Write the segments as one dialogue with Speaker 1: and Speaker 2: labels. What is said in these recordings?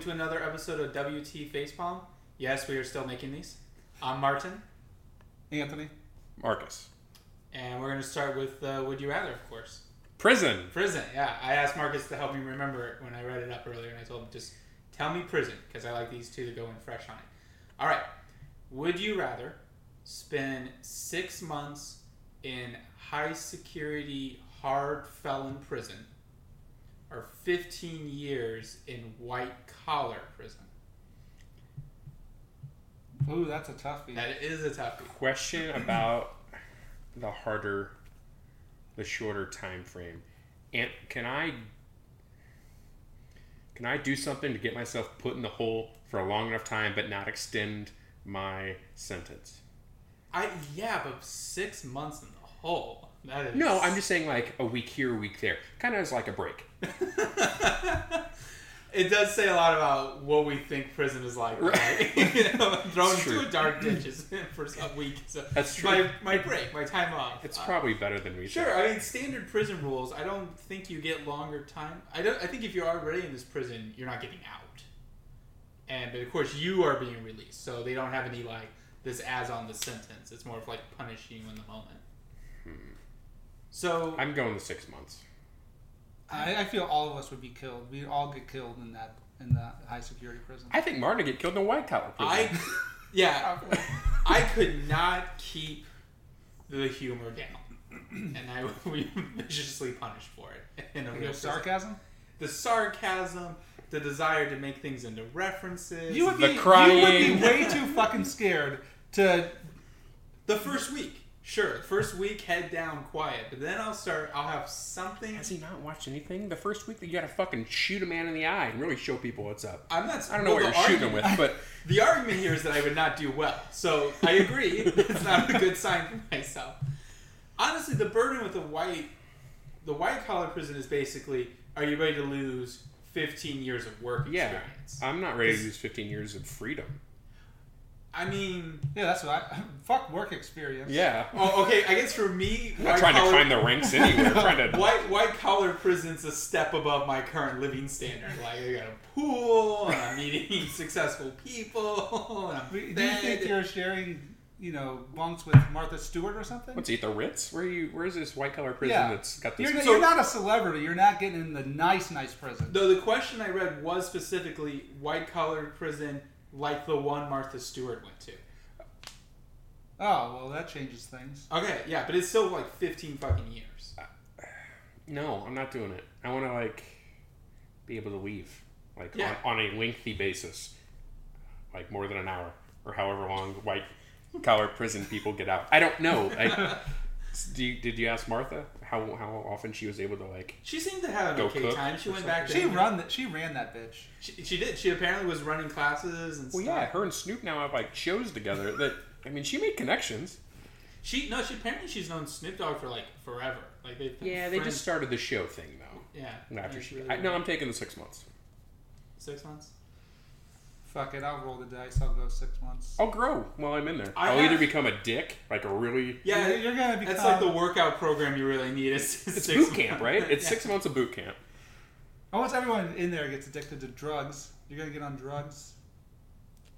Speaker 1: to another episode of WT Facepalm. Yes, we are still making these. I'm Martin,
Speaker 2: Anthony.
Speaker 3: Marcus.
Speaker 1: and we're going to start with uh, Would You Rather, of course.
Speaker 3: Prison.
Speaker 1: Prison, yeah. I asked Marcus to help me remember it when I read it up earlier, and I told him just tell me prison because I like these two to go in fresh on it. All right. Would you rather spend six months in high security hard felon prison or 15 years in white collar prison?
Speaker 2: Ooh, that's a toughie.
Speaker 1: That is a toughie.
Speaker 3: Question about the harder, the shorter time frame. And can I can I do something to get myself put in the hole for a long enough time, but not extend my sentence?
Speaker 1: I yeah, but six months in the hole. That is
Speaker 3: No, I'm just saying like a week here, a week there, kind of as like a break.
Speaker 1: it does say a lot about what we think prison is like, right? you know, thrown
Speaker 3: It's
Speaker 1: into
Speaker 3: true.
Speaker 1: a dark ditch is- for a week. So
Speaker 3: That's true.
Speaker 1: My, my break, my time off.
Speaker 3: It's
Speaker 1: Uh,
Speaker 3: probably better than we.
Speaker 1: sure. I mean, standard prison rules. I don't think you get longer time. I don't. I think if you're already in this prison, you're not getting out. And but of course, you are being released, so they don't have any like this adds on the sentence. It's more of like punishing you in the moment. So
Speaker 3: I'm going the six months.
Speaker 2: I, I feel all of us would be killed. We'd all get killed in that in the high security prison.
Speaker 3: I think Martin would get killed in a white collar prison.
Speaker 1: I, yeah,
Speaker 2: Probably.
Speaker 1: I could not keep the humor down, and I would be viciously punished for it. In a
Speaker 2: You know,
Speaker 1: real sarc-
Speaker 2: sarcasm.
Speaker 1: the sarcasm, the desire to make things into references.
Speaker 2: You would
Speaker 3: The
Speaker 2: be you would
Speaker 3: crying.
Speaker 2: be way too fucking scared to.
Speaker 1: the first week, sure, first week head down, quiet, but then I'll start. I'll have something.
Speaker 3: Has he not watched anything? The first week that you gotta fucking shoot a man in the eye and really show people what's up.
Speaker 1: I'm not.
Speaker 3: I don't know
Speaker 1: well,
Speaker 3: what you're
Speaker 1: the
Speaker 3: shooting him
Speaker 1: argument-
Speaker 3: with, but
Speaker 1: The argument here is that I would not do well. So I agree. it's not a good sign for myself. Honestly, the burden with the white the white collar prison is basically are you ready to lose 15 years of work
Speaker 3: yeah,
Speaker 1: experience?
Speaker 3: I'm not ready to
Speaker 1: This-
Speaker 3: lose 15 years of freedom.
Speaker 1: I mean,
Speaker 2: Yeah, that's what I. Fuck work experience.
Speaker 3: Yeah, I'm
Speaker 1: oh, okay, I guess for me,
Speaker 3: not
Speaker 1: white
Speaker 3: trying to
Speaker 1: collar,
Speaker 3: climb the ranks anywhere. trying to
Speaker 1: white white collar prison's a step above my current living standard. Like I got a pool, and I'm meeting successful people, and I'm
Speaker 2: Do you think
Speaker 1: fed.
Speaker 2: you're sharing, you know, bunks with Martha Stewart or something?
Speaker 3: what's he at the Ritz? Where you? Where's this white collar prison
Speaker 2: Yeah.
Speaker 3: that's got this?
Speaker 2: You're,
Speaker 1: So-
Speaker 2: you're not a celebrity. You're not getting in the nice, nice prison.
Speaker 1: Though the question I read was specifically white collar prison like the one Martha Stewart went to.
Speaker 2: Oh well, that changes things.
Speaker 1: Okay, yeah, but it's still like 15 fucking years.
Speaker 3: no, I'm not doing it. I want to like be able to leave like
Speaker 1: Yeah.
Speaker 3: on, on a lengthy basis, like more than an hour or however long white collar prison people get out. I don't know. I, do you, did you ask Martha how how often she was able to like?
Speaker 1: She seemed to have an
Speaker 3: Go
Speaker 1: okay
Speaker 3: cook
Speaker 1: time. She
Speaker 3: or
Speaker 1: went
Speaker 3: something.
Speaker 1: back to
Speaker 2: She run that. She ran that bitch.
Speaker 1: She, she did. She apparently was running classes and
Speaker 3: Well,
Speaker 1: stuff.
Speaker 3: yeah, her and Snoop now have like shows together. That I mean, she made connections.
Speaker 1: She no. She apparently she's known Snoop Dogg for like forever. Like they.
Speaker 3: Yeah, they just started the show thing though.
Speaker 1: Yeah.
Speaker 3: After
Speaker 1: like,
Speaker 3: she,
Speaker 1: really
Speaker 3: I, no,
Speaker 1: weird.
Speaker 3: I'm taking the six months.
Speaker 1: six months.
Speaker 2: Fuck it. I'll roll the dice. I'll go six months.
Speaker 3: I'll grow while I'm in there.
Speaker 1: I
Speaker 3: I will
Speaker 1: have-
Speaker 3: either become a dick, like a really.
Speaker 1: Yeah,
Speaker 2: you're, you're gonna be.
Speaker 1: that's like the workout program you really need. Is
Speaker 3: It's
Speaker 1: six
Speaker 3: boot camp,
Speaker 1: months.
Speaker 3: right? It's
Speaker 1: Yeah.
Speaker 3: six months of boot camp.
Speaker 2: Once everyone in there gets addicted to drugs, you're gonna get on drugs.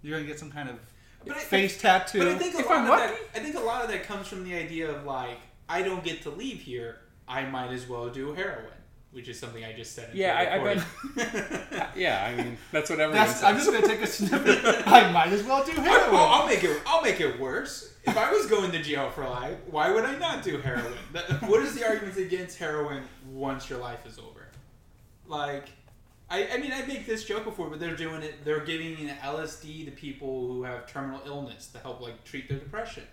Speaker 2: You're gonna get some kind of
Speaker 1: But I-
Speaker 2: face tattoo.
Speaker 1: But I think a
Speaker 3: If
Speaker 1: lot
Speaker 3: I'm
Speaker 1: of that,
Speaker 3: lucky.
Speaker 1: I think a lot of that comes from the idea of like, I don't get to leave here. I might as well do heroin, which is something I just said. into
Speaker 3: Yeah, I- I
Speaker 1: the
Speaker 3: bet-
Speaker 1: recording.
Speaker 3: Yeah, I mean that's what everyone
Speaker 2: That's,
Speaker 3: says.
Speaker 2: I'm just gonna take a snippet. I might as well do
Speaker 1: I- well,
Speaker 2: heroin.
Speaker 1: I'll make it. I'll make it worse. If I was going to jail for life, why would I not do heroin? That- what is the arguments against heroin once your life is over? Like, I, I mean, I make this joke before, but they're doing it. They're giving LSD to people who have terminal illness to help like treat their depression,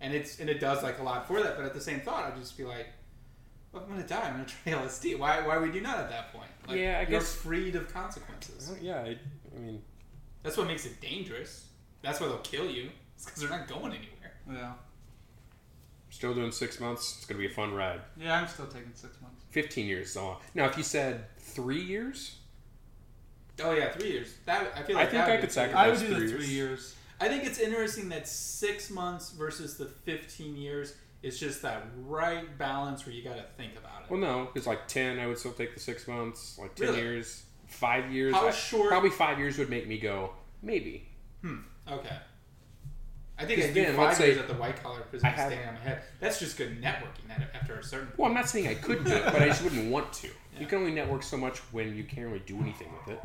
Speaker 1: and it's and it does like a lot for that. But at the same thought, I'd just be like. "Well, I'm gonna die. I'm gonna try LSD. Why? Why would you not at that point? Like,
Speaker 3: Yeah, I
Speaker 1: you're
Speaker 3: guess-
Speaker 1: freed of consequences.
Speaker 3: yeah, I, I mean
Speaker 1: That's what makes it dangerous. That's why they'll kill you. It's because they're not going anywhere.
Speaker 2: Yeah,
Speaker 3: still doing six months. It's gonna be a fun ride.
Speaker 2: yeah. I'm still taking six months.
Speaker 3: Fifteen years is all. Now, if you said three years,
Speaker 1: Oh yeah, three years. That I feel
Speaker 3: I
Speaker 1: like
Speaker 3: think
Speaker 1: that
Speaker 3: I
Speaker 1: would
Speaker 3: could
Speaker 1: be-
Speaker 3: sacrifice-
Speaker 2: I would
Speaker 3: that's
Speaker 2: do the
Speaker 3: three
Speaker 2: three years.
Speaker 1: I think it's interesting that six months versus the fifteen years is just that right balance where you got to think about it.
Speaker 3: well, no, it's like ten. I would still take the six months. Like ten
Speaker 1: Really?
Speaker 3: years. five years.
Speaker 1: How
Speaker 3: I-
Speaker 1: short-
Speaker 3: Probably five years would make me go maybe.
Speaker 1: Hmm. Okay. I think I
Speaker 3: 'Cause
Speaker 1: did
Speaker 3: then, let's
Speaker 1: five
Speaker 3: say-
Speaker 1: years at the white collar prison
Speaker 3: I have-
Speaker 1: standing on my head. That's just good networking that after a certain
Speaker 3: Well, I'm not saying I couldn't do it, but I just wouldn't want to. You can only network so much when you can't really do anything with it.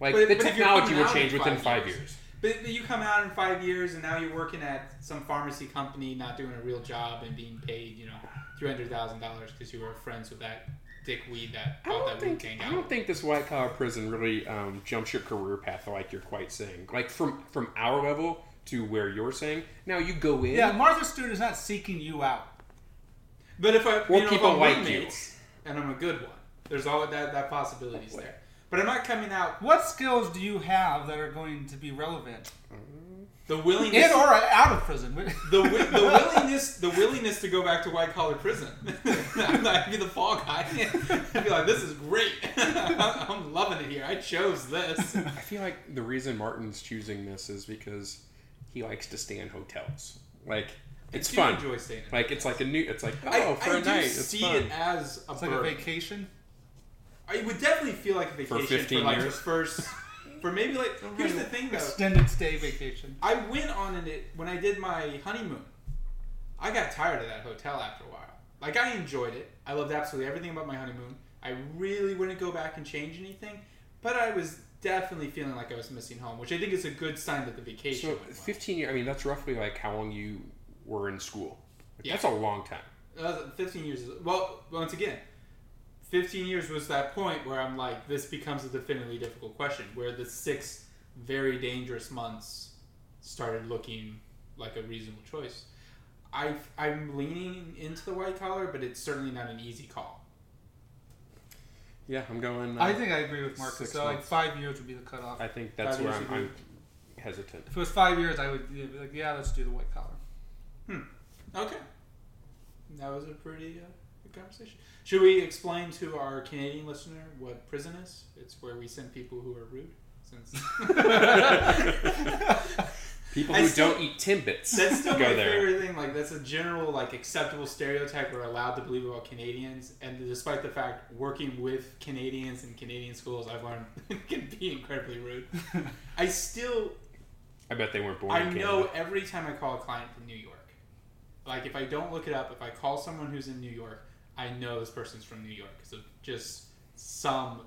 Speaker 3: Like
Speaker 1: But-
Speaker 3: the
Speaker 1: but if you're
Speaker 3: technology
Speaker 1: coming
Speaker 3: will
Speaker 1: out in
Speaker 3: change within
Speaker 1: five
Speaker 3: five years.
Speaker 1: years. But, but you come out in five years, and now you're working at some pharmacy company, not doing a real job, and being paid, you know, three hundred thousand dollars because you were friends with that dickweed that
Speaker 3: I
Speaker 1: bought
Speaker 3: don't
Speaker 1: that
Speaker 3: think
Speaker 1: weed
Speaker 3: I
Speaker 1: gang
Speaker 3: don't
Speaker 1: out.
Speaker 3: think this white collar prison really um, jumps your career path like you're quite saying. Like from from our level to where you're saying now you go in.
Speaker 2: Yeah, Martha Stewart is not seeking you out.
Speaker 1: But if I,
Speaker 3: Or
Speaker 1: you know, if
Speaker 3: people
Speaker 1: I'm
Speaker 3: like you.
Speaker 1: roommates, and I'm a good one, there's all that that possibilities there. But I'm not coming out
Speaker 2: What skills do you have that are going to be relevant
Speaker 1: the
Speaker 2: in
Speaker 1: willingness.
Speaker 2: or out of prison?
Speaker 1: the, wi- the willingness the willingness to go back to white collar prison. I'd be the fall guy. I'd be like, this is great. I'm loving it here. I chose this.
Speaker 3: I feel like the reason Martin's choosing this is because he likes to stay in hotels. Like it's
Speaker 1: I do
Speaker 3: fun.
Speaker 1: Enjoy staying. in
Speaker 3: Like it's like a new. It's like oh
Speaker 1: I,
Speaker 3: for
Speaker 1: I
Speaker 3: a night.
Speaker 1: do
Speaker 3: It's
Speaker 1: see
Speaker 3: fun.
Speaker 1: it as a
Speaker 2: It's like a
Speaker 1: burden.
Speaker 2: vacation.
Speaker 1: I would definitely feel like a vacation for,
Speaker 3: 15
Speaker 1: like the
Speaker 3: years?
Speaker 1: first, for maybe like. Here's the thing though.
Speaker 2: Extended stay vacation.
Speaker 1: I went on in it when I did my honeymoon. I got tired of that hotel after a while. Like I enjoyed it. I loved absolutely everything about my honeymoon. I really wouldn't go back and change anything, but I was definitely feeling like I was missing home, which I think is a good sign that the vacation.
Speaker 3: So
Speaker 1: went well.
Speaker 3: 15 years. I mean, that's roughly like how long you were in school. Like,
Speaker 1: Yeah.
Speaker 3: That's a long time.
Speaker 1: That was- 15 years is well once again 15 years was that point where i'm like this becomes a definitely difficult question where the six very dangerous months started looking like a reasonable choice I, i'm leaning into the white collar but it's certainly not an easy call
Speaker 3: Yeah, I'm going. Uh,
Speaker 2: I think I agree with Marcus.
Speaker 3: Six
Speaker 2: So like
Speaker 3: months.
Speaker 2: five years would be the cutoff.
Speaker 3: I think that's
Speaker 1: Five
Speaker 3: where
Speaker 1: years
Speaker 3: I'm,
Speaker 1: ago.
Speaker 3: I'm hesitant.
Speaker 2: If it was five years, I would yeah, be like, yeah, let's do the white collar.
Speaker 1: okay that was a pretty uh, good conversation should we explain to our canadian listener what prison is it's where we send people who are rude since
Speaker 3: People
Speaker 1: I
Speaker 3: who
Speaker 1: still-
Speaker 3: don't eat Timbits
Speaker 1: That's still
Speaker 3: go
Speaker 1: my
Speaker 3: there.
Speaker 1: favorite thing. Like that's a general like acceptable stereotype we're allowed to believe about Canadians. And despite the fact working with Canadians in Canadian schools, I've learned can be incredibly rude. I still
Speaker 3: I bet they weren't born.
Speaker 1: I
Speaker 3: in Canada.
Speaker 1: know every time I call a client from New York. Like if I don't look it up, if I call someone who's in New York, I know this person's from New York because of just some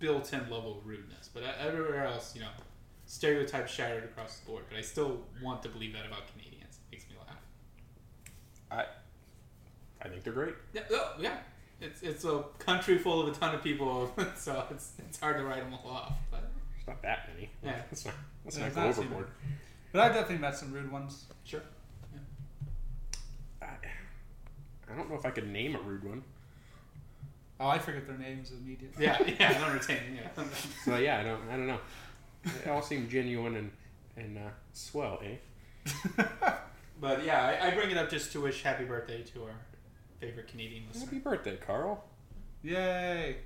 Speaker 1: built-in level of rudeness. But uh, everywhere else, you know, stereotypes shattered across the board. But I still want to believe that about Canadians. It makes me laugh.
Speaker 3: I think they're great.
Speaker 1: Yeah, oh, yeah. It's, it's a country full of a ton of people, so it's, it's hard to write them all off. But
Speaker 3: There's not that many.
Speaker 1: Yeah.
Speaker 3: Let's not, let's
Speaker 2: Yeah,
Speaker 3: not go
Speaker 2: it's not too
Speaker 3: overboard.
Speaker 2: But I've definitely met some rude ones.
Speaker 1: sure.
Speaker 3: I, I don't know if I could name a rude one.
Speaker 2: Oh, I forget their names immediately.
Speaker 1: Yeah, yeah. I don't retain. Yeah.
Speaker 3: So yeah, I don't. I don't know. They all seem genuine and and uh, swell, eh?
Speaker 1: But yeah, I, I bring it up just to wish happy birthday to our favorite Canadian listener.
Speaker 3: Happy birthday, Carl.
Speaker 2: Yay!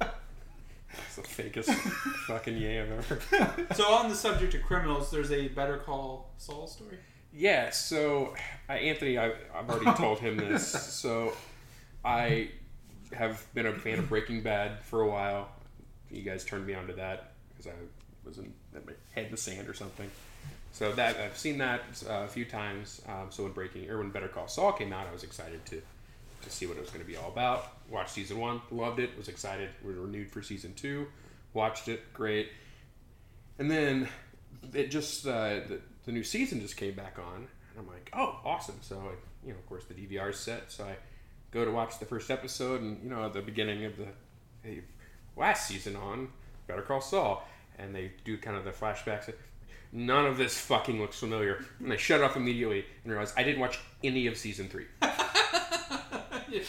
Speaker 3: That's the fakest fucking yay I've ever.
Speaker 1: so on the subject of criminals, there's a Better Call Saul story.
Speaker 3: Yeah, so I, Anthony, I, I've already told him this. So I have been a fan of Breaking Bad for a while. You guys turned me on to that because I was in, had my head in the sand or something. So that I've seen that uh, a few times. Um, so when Breaking or when Better Call Saul came out, I was excited to to see what it was going to be all about. Watched season one, loved it, was excited. We were renewed for season two, watched it, great. And then it just uh, the, the new season just came back on, and I'm like, oh, awesome! So I, you know, of course, the DVR's set, so I go to watch the first episode, and you know, at the beginning of the hey, last season on Better Call Saul, and they do kind of the flashbacks. None of this fucking looks familiar, and I shut off immediately and realized I didn't watch any of season three.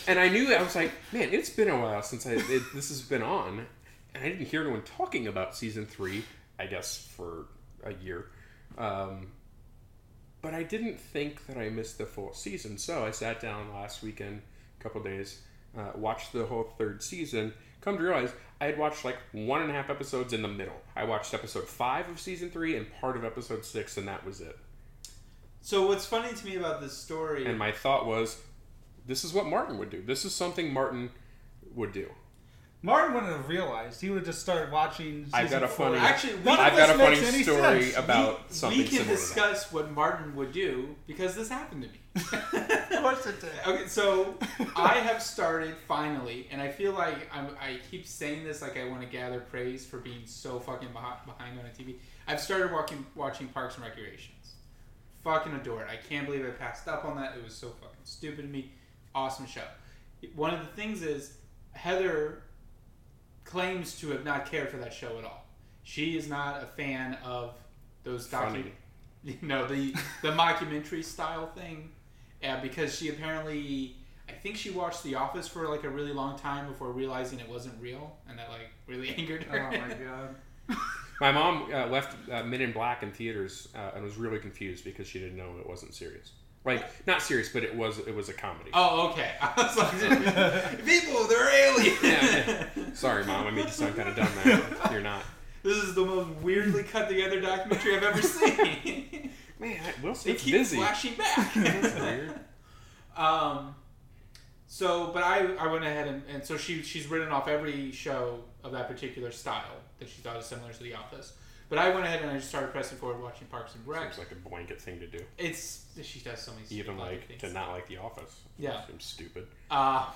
Speaker 3: And I knew I was like, man, it's been a while since I it, this has been on, and I didn't hear anyone talking about season three. I guess for a year, um, but I didn't think that I missed the full season. So I sat down last weekend, a couple days, uh, watched the whole third season. Come to realize, I had watched like one and a half episodes in the middle. I watched episode five of season three and part of episode six, and that was it.
Speaker 1: So what's funny to me about this story?
Speaker 3: And my thought was, this is what Martin would do. This is something Martin would do.
Speaker 2: Martin wouldn't have realized. He would have just started watching.
Speaker 3: I've got
Speaker 2: season
Speaker 3: a
Speaker 2: four.
Speaker 3: funny-
Speaker 1: Actually, we,
Speaker 2: None of
Speaker 3: I've got
Speaker 2: this
Speaker 3: a funny
Speaker 2: makes any
Speaker 3: story
Speaker 2: sense.
Speaker 3: about
Speaker 1: we-
Speaker 3: something
Speaker 1: we can
Speaker 3: similar to that.
Speaker 1: discuss what Martin would do because this happened to me.
Speaker 2: Of course it did.
Speaker 1: Okay, so I have started finally, and I feel like I'm, I keep saying this like I want to gather praise for being so fucking beh- behind on a TV. I've started walking, watching Parks and Recreations. Fucking adore it. I can't believe I passed up on that. It was so fucking stupid of me. Awesome show. One of the things is Heather claims to have not cared for that show at all. She is not a fan of those docu-
Speaker 3: Funny.
Speaker 1: you know the the mockumentary style thing yeah, because she apparently i think she watched the office for like a really long time before realizing it wasn't real and that like really angered
Speaker 2: Oh
Speaker 1: her
Speaker 2: my god.
Speaker 3: My mom uh, left uh, Men in Black in theaters uh, and was really confused because she didn't know it wasn't serious. Like not serious, but it was it was a comedy.
Speaker 1: oh okay i was like people they're aliens
Speaker 3: Yeah, Sorry, mom, I made you sound kind of dumb. Man. You're not.
Speaker 1: this is the most weirdly cut together documentary i've ever seen
Speaker 3: Man, Will
Speaker 1: They
Speaker 3: Smith's
Speaker 1: keep
Speaker 3: busy.
Speaker 1: flashing
Speaker 3: That's
Speaker 1: back
Speaker 3: weird.
Speaker 1: um so but i i went ahead and, and so she she's written off every show of that particular style that she thought is similar to the office but i went ahead and i just started pressing forward watching parks and rec
Speaker 3: Seems like a blanket thing to do.
Speaker 1: It's she does so many
Speaker 3: Even
Speaker 1: stupid
Speaker 3: like to
Speaker 1: things.
Speaker 3: not like The Office.
Speaker 1: Yeah.
Speaker 3: Seems stupid.
Speaker 1: Uh,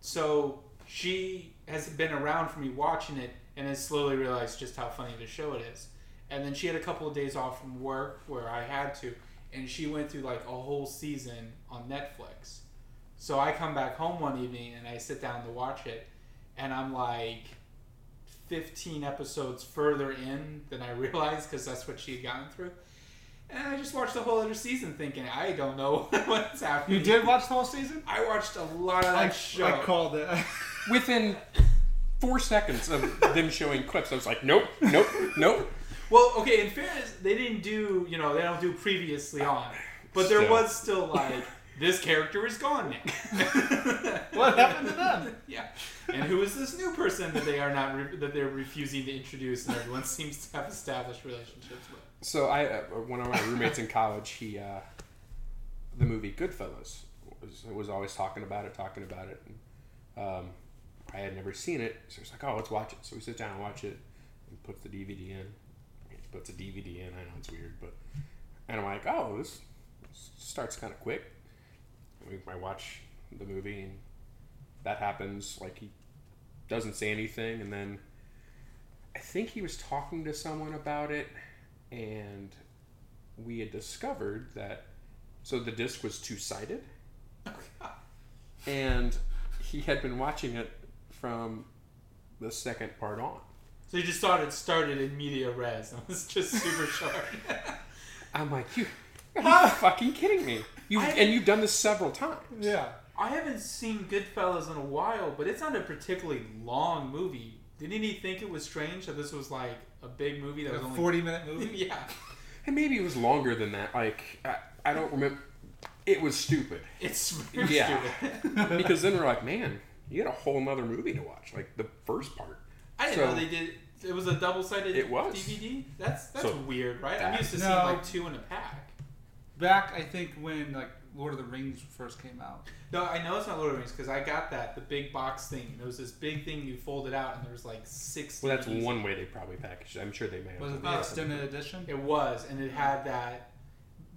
Speaker 1: so she has been around for me watching it, and has slowly realized just how funny the show it is. And then she had a couple of days off from work where I had to, and she went through like a whole season on Netflix. So I come back home one evening and I sit down to watch it, and I'm like. 15 episodes further in than I realized because that's what she had gotten through. And I just watched the whole other season thinking, I don't know what's happening.
Speaker 2: You did watch the whole season?
Speaker 1: I watched a lot of that
Speaker 2: I,
Speaker 1: show.
Speaker 2: I called it.
Speaker 3: Within four seconds of them showing clips, I was like, nope, nope, nope.
Speaker 1: well, okay, in fairness, they didn't do, you know, they don't do previously
Speaker 2: Ah,
Speaker 1: on. But there
Speaker 3: Still.
Speaker 1: was still like, this character is gone now.
Speaker 2: what happened to them?
Speaker 1: Yeah. And who is this new person that they are not re- that they're refusing to introduce and everyone seems to have established relationships with?
Speaker 3: So I, uh, one of my roommates in college, he, uh, the movie Goodfellas, was, was always talking about it, talking about it. And, um, I had never seen it, so he's like, "Oh, let's watch it." So we sit down and watch it, and puts the DVD in. He puts a DVD in. I know it's weird, but and I'm like, "Oh, this, this starts kind of quick." And we, I watch the movie, and that happens. Like he doesn't say anything, and then I think he was talking to someone about it, and we had discovered that so the disc was two sided,
Speaker 1: Oh, God.
Speaker 3: and he had been watching it from the second part on.
Speaker 1: So you just thought it started in media res and was just super short.
Speaker 3: I'm like, you, are you fucking kidding me? You
Speaker 1: I-
Speaker 3: and you've done this several times.
Speaker 2: Yeah.
Speaker 1: I haven't seen Goodfellas in a while, but it's not a particularly long movie. Didn't he think it was strange that this was like a big movie that
Speaker 2: A
Speaker 1: was only
Speaker 2: 40 minute movie?
Speaker 1: yeah,
Speaker 3: And maybe it was longer than that. Like I, I don't remember. It was stupid
Speaker 1: it's very
Speaker 3: Yeah.
Speaker 1: stupid.
Speaker 3: because then we're like, man, you had a whole nother movie to watch, like the first part.
Speaker 1: I didn't
Speaker 3: So-
Speaker 1: know they did. It was a double-sided
Speaker 3: It was.
Speaker 1: DVD. That's that's
Speaker 3: So-
Speaker 1: weird, right? I'm used to
Speaker 2: No.
Speaker 1: seeing like two in a pack.
Speaker 2: Back, I think, when like Lord of the Rings first came out.
Speaker 1: No, I know it's not Lord of the Rings because I got that the big box thing. And it was this big thing you folded out, and there was like six.
Speaker 3: Well, that's
Speaker 1: DVDs.
Speaker 3: one way they probably packaged it. I'm sure they may have.
Speaker 2: Was
Speaker 3: done
Speaker 2: it the
Speaker 1: Uh,
Speaker 2: extended edition?
Speaker 1: It was, and it had that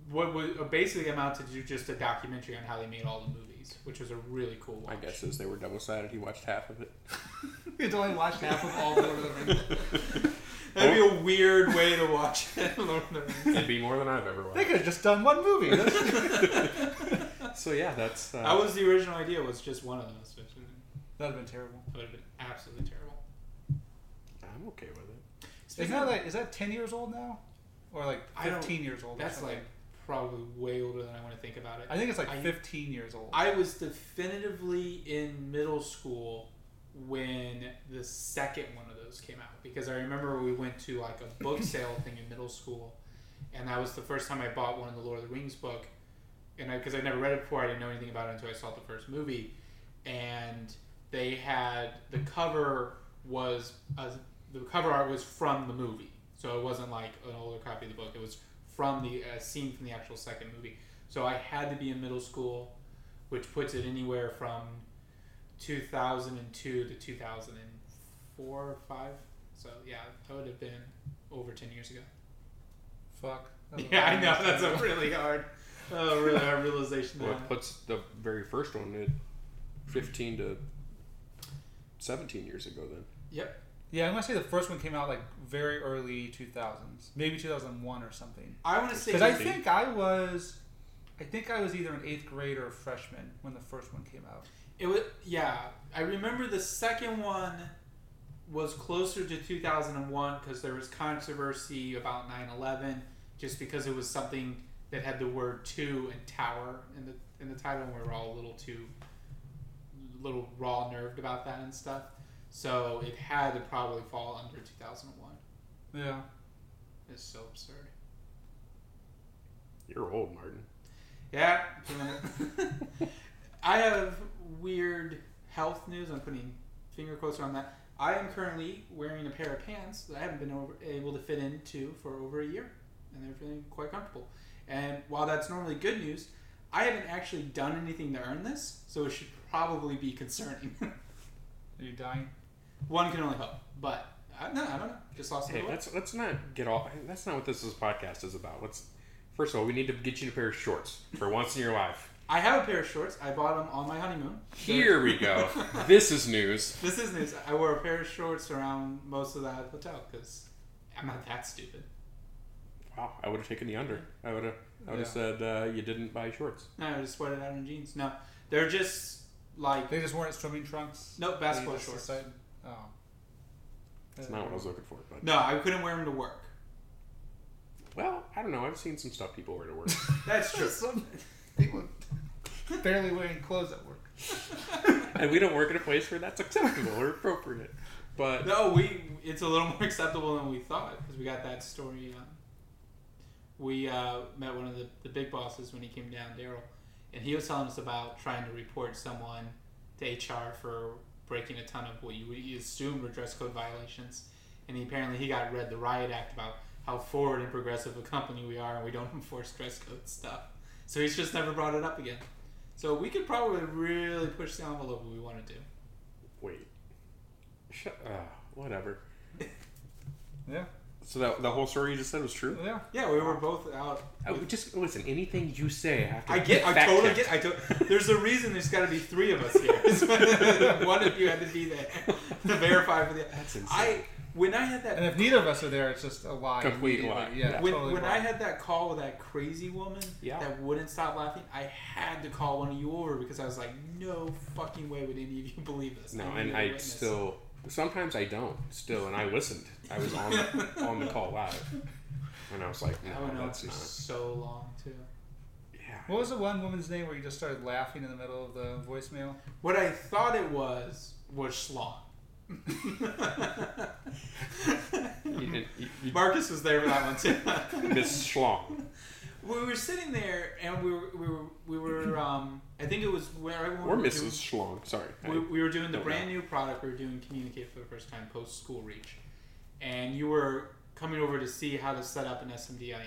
Speaker 1: what would uh, basically amounted to just a documentary on how they made all the movies, which was a really cool
Speaker 3: My
Speaker 1: one.
Speaker 3: guess is they were double sided. He watched half of it.
Speaker 2: You'd only watched half of all Lord of the Rings.
Speaker 1: That'd be a weird way to watch it. Lord of the Rings.
Speaker 3: It'd be more than I've ever
Speaker 2: They
Speaker 3: watched.
Speaker 2: could have just done one movie. That's-
Speaker 3: So yeah, that's. Uh,
Speaker 1: That was the original idea. Was just one of those. Which
Speaker 2: That'd have been terrible.
Speaker 1: would have been absolutely terrible.
Speaker 3: I'm okay with it.
Speaker 2: Isn't
Speaker 1: Speaking
Speaker 2: that
Speaker 1: of-
Speaker 2: like, is that 10 years old now? Or like
Speaker 1: I don't-
Speaker 2: 15 years old? or
Speaker 1: that's
Speaker 2: something?
Speaker 1: like probably way older than I want to think about it.
Speaker 2: I think it's like
Speaker 1: I-
Speaker 2: 15 years old.
Speaker 1: I was definitively in middle school when the second one of those came out because I remember we went to like a book sale thing in middle school, and that was the first time I bought one of the Lord of the Rings book, and because I'd never read it before, I didn't know anything about it until I saw the first movie, and they had the cover was uh, the cover art was from the movie, so it wasn't like an older copy of the book. It was from the uh, scene from the actual second movie. So I had to be in middle school, which puts it anywhere from 2002 to 2004 or 5. So, yeah, that would have been over 10 years ago.
Speaker 2: Fuck.
Speaker 1: Yeah, I know. That's a really hard, uh, really hard realization.
Speaker 3: Well,
Speaker 1: That
Speaker 3: it puts the very first one at 15 to 17 years ago then.
Speaker 1: Yep.
Speaker 2: Yeah, I'm gonna say the first one came out like very early 2000s, maybe 2001 or something.
Speaker 1: I want to say
Speaker 2: Because I
Speaker 3: Maybe.
Speaker 2: think I was, I think I was either an eighth grade or a freshman when the first one came out.
Speaker 1: it was. Yeah, I remember the second one was closer to 2001 because there was controversy about 9/11, just because it was something that had the word two and tower in the in the title, and we were all a little too little raw nerved about that and stuff. So it had to probably fall under 2001.
Speaker 2: Yeah.
Speaker 1: It's so absurd.
Speaker 3: You're old, Martin.
Speaker 1: Yeah. doing it. I have weird health news. I'm putting finger quotes around that. I am currently wearing a pair of pants that I haven't been over, able to fit into for over a year, and they're feeling quite comfortable. And while that's normally good news, I haven't actually done anything to earn this, so it should probably be concerning.
Speaker 2: Are you dying?
Speaker 1: One can only hope, but I, no, I don't know. Just lost
Speaker 3: Hey,
Speaker 1: the
Speaker 3: let's let's not get all. That's not what this is- podcast is about. Let's first of all, we need to get you a pair of shorts for once in your life.
Speaker 1: I have a pair of shorts. I bought them on my honeymoon.
Speaker 3: Here we go. This is news.
Speaker 1: This is news. I wore a pair of shorts around most of that hotel because I'm not that stupid.
Speaker 3: Wow, I would have taken the under. I would have. I would have
Speaker 2: Yeah.
Speaker 3: said uh, you didn't buy shorts.
Speaker 1: No, I just sweated out in jeans. No, they're just like
Speaker 2: They just weren't swimming trunks.
Speaker 1: no
Speaker 2: They
Speaker 1: basketball
Speaker 2: just
Speaker 1: shorts.
Speaker 2: decided- Oh.
Speaker 3: That's not what I was looking for. But
Speaker 1: No, I couldn't wear them to work.
Speaker 3: well, I don't know. I've seen some stuff people wear to work.
Speaker 1: That's true.
Speaker 2: Some people barely wearing clothes at work.
Speaker 3: and we don't work at a place where that's acceptable or appropriate. But
Speaker 1: No, we it's a little more acceptable than we thought because we got that story. Um, we uh, met one of the, the big bosses when he came down, Daryl, and he was telling us about trying to report someone to HR for breaking a ton of what you, you assume were dress code violations. And he, apparently, he got read the riot act about how forward and progressive a company we are, and we don't enforce dress code stuff. So he's just never brought it up again. So we could probably really push the envelope if we wanted to.
Speaker 3: wait, Shut, uh, whatever.
Speaker 2: Yeah.
Speaker 3: So that the whole story you just said was true.
Speaker 2: Yeah.
Speaker 1: Yeah, we were both out
Speaker 3: I would just listen. Anything you say, I have to.
Speaker 1: I get. I
Speaker 3: fact
Speaker 1: totally get.
Speaker 3: check.
Speaker 1: I to- There's a reason there's got to be three of us here. One of you had to be there to verify for the.
Speaker 3: That's insane.
Speaker 1: I when I had
Speaker 2: And
Speaker 1: that
Speaker 2: if neither of us are there, it's just a lie.
Speaker 3: Complete
Speaker 2: immediately.
Speaker 3: lie.
Speaker 2: Yeah.
Speaker 3: Yeah.
Speaker 1: when,
Speaker 2: totally
Speaker 1: when
Speaker 2: lie.
Speaker 1: I had that call with that crazy woman
Speaker 3: Yeah.
Speaker 1: that wouldn't stop laughing, I had to call one of you over because I was like, no fucking way would any of you believe this.
Speaker 3: No,
Speaker 1: need
Speaker 3: and
Speaker 1: a
Speaker 3: I
Speaker 1: witness.
Speaker 3: still sometimes I don't still, and I listened. I was on the, on the call live, and I was like,
Speaker 1: I went
Speaker 3: no,
Speaker 1: on
Speaker 3: that's
Speaker 1: Oh, for
Speaker 3: not.
Speaker 1: so long too.
Speaker 3: Yeah,
Speaker 2: What was the one woman's name where you just started laughing in the middle of the voicemail?
Speaker 1: What I thought it was was schlong.
Speaker 3: you, did- you, you
Speaker 1: Marcus was there for that one too.
Speaker 3: Miss Schlong.
Speaker 1: We were sitting there, and we were we were we were. Um, I think it was where I
Speaker 3: or Mrs. Schlong. Sorry, I-
Speaker 1: We, we were doing the
Speaker 3: Don't
Speaker 1: brand new product. We were doing communicate for the first time post school reach, and you were coming over to see how to set up an SMDIN,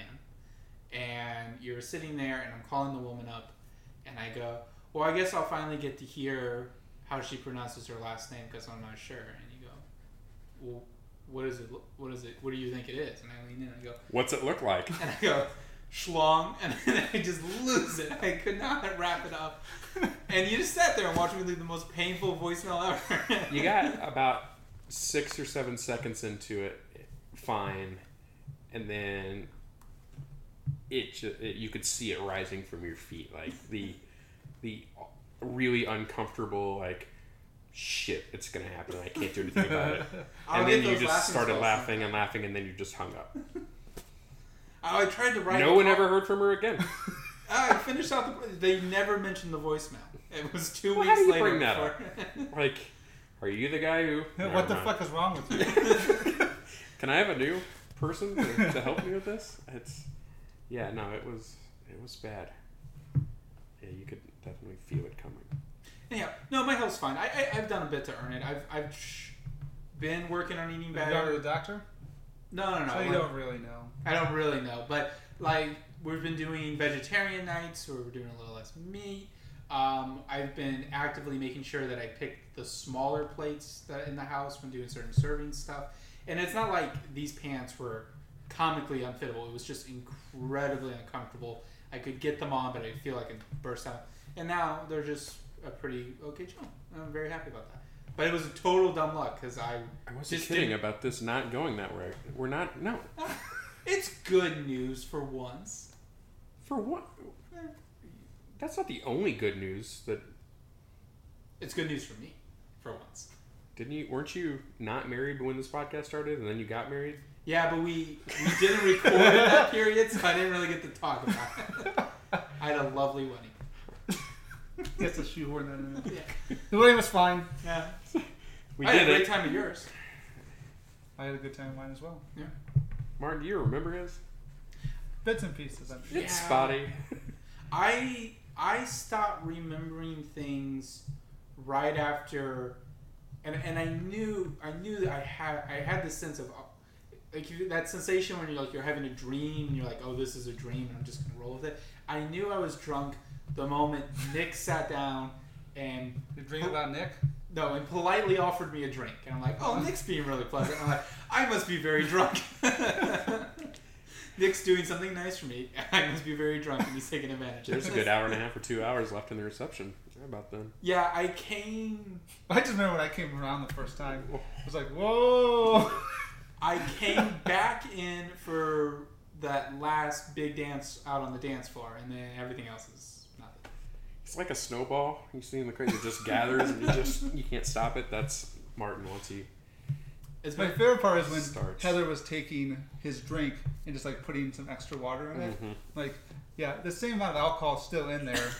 Speaker 1: and you were sitting there, and I'm calling the woman up, and I go, "Well, I guess I'll finally get to hear how she pronounces her last name because I'm not sure." And you go, "Well, what is it? lo- What is it? What do you think it is?" And I lean in, and I go
Speaker 3: what's it look like?
Speaker 1: and I go schlong, and then I just lose it. I could not wrap it up. And you just sat there and watched me leave the most painful voicemail ever.
Speaker 3: You got about six or seven seconds into it, fine, and then it, ju- it you could see it rising from your feet, like the the really uncomfortable like shit. It's gonna happen. and I can't do anything about it.
Speaker 1: I'll
Speaker 3: and
Speaker 1: get
Speaker 3: then you
Speaker 1: those
Speaker 3: just
Speaker 1: laughing
Speaker 3: started
Speaker 1: spells
Speaker 3: laughing and laughing, and then you just hung up.
Speaker 1: Oh, I, I tried to write. Ah,
Speaker 3: No one ever heard from her again.
Speaker 2: Uh,
Speaker 1: I finished out the. They never mentioned the voicemail. It was two
Speaker 3: Well, how
Speaker 1: weeks
Speaker 3: do you
Speaker 1: later.
Speaker 3: bring that
Speaker 1: before-
Speaker 3: Like, are you the guy who? Never
Speaker 2: what the
Speaker 3: mind.
Speaker 2: fuck is wrong with you?
Speaker 3: Can I have a new person to, to help me with this? It's yeah, no, it was it was bad. Yeah, you could definitely feel it coming.
Speaker 1: Anyhow, no, my health's fine. I, I I've done a bit to earn it. I've I've sh- been working on eating
Speaker 2: Have you gone to
Speaker 1: better.
Speaker 2: the doctor?
Speaker 1: No, no, no.
Speaker 2: So you
Speaker 1: we're-
Speaker 2: don't really know.
Speaker 1: I don't really know, but like we've been doing vegetarian nights where we're doing a little less meat. Um, I've been actively making sure that I pick the smaller plates that in the house when doing certain serving stuff. And it's not like these pants were comically unfittable. It was just incredibly uncomfortable. I could get them on, but I feel like it burst out. And now they're just a pretty okay chill. I'm very happy about that. But it was a total dumb luck because I
Speaker 3: I wasn't
Speaker 1: Just
Speaker 3: kidding
Speaker 1: didn't-
Speaker 3: about this not going that way. We're not. No.
Speaker 1: It's good news for once.
Speaker 3: For what? That's not the only good news that
Speaker 1: It's good news for me, for once.
Speaker 3: didn't you weren't you not married when this podcast started and then you got married?
Speaker 1: Yeah, but we we didn't record that period, so I didn't really get to talk about it. I had a lovely wedding.
Speaker 2: Gets a shoehorn in it.
Speaker 1: Yeah,
Speaker 2: The wedding was fine.
Speaker 1: yeah.
Speaker 3: We
Speaker 1: I had
Speaker 3: did
Speaker 1: a great
Speaker 3: it.
Speaker 1: time at yours.
Speaker 2: I had a good time at mine as well.
Speaker 3: Mark, do you remember his?
Speaker 2: Bits and pieces. I'm sure.
Speaker 1: Yeah.
Speaker 3: It's spotty.
Speaker 1: I I stopped remembering things right after, and and I knew I knew that I had I had this sense of uh, like you, that sensation when you're like you're having a dream and you're like oh this is a dream and I'm just gonna roll with it. I knew I was drunk the moment Nick sat down and
Speaker 2: You dream about Nick?
Speaker 1: no and politely offered me a drink and I'm like oh Nick's being really pleasant. I'm like I must be very drunk. Nick's doing something nice for me. I must be very drunk and he's taking advantage. of
Speaker 3: There's a
Speaker 1: this.
Speaker 3: good hour and a half or two hours left in the reception. How about then?
Speaker 1: Yeah, I came.
Speaker 2: I just remember when I came around the first time. I was like, whoa.
Speaker 1: I came back in for that last big dance out on the dance floor, and then everything else is nothing.
Speaker 3: It's like a snowball. You see in the crate, it just gathers and you just you can't stop it. That's Martin once he
Speaker 1: It's
Speaker 2: My
Speaker 1: been
Speaker 2: favorite part is when
Speaker 3: Starts.
Speaker 2: Heather was taking his drink and just like putting some extra water in it.
Speaker 3: Mhm.
Speaker 2: Like, yeah, the same amount of alcohol is still in there.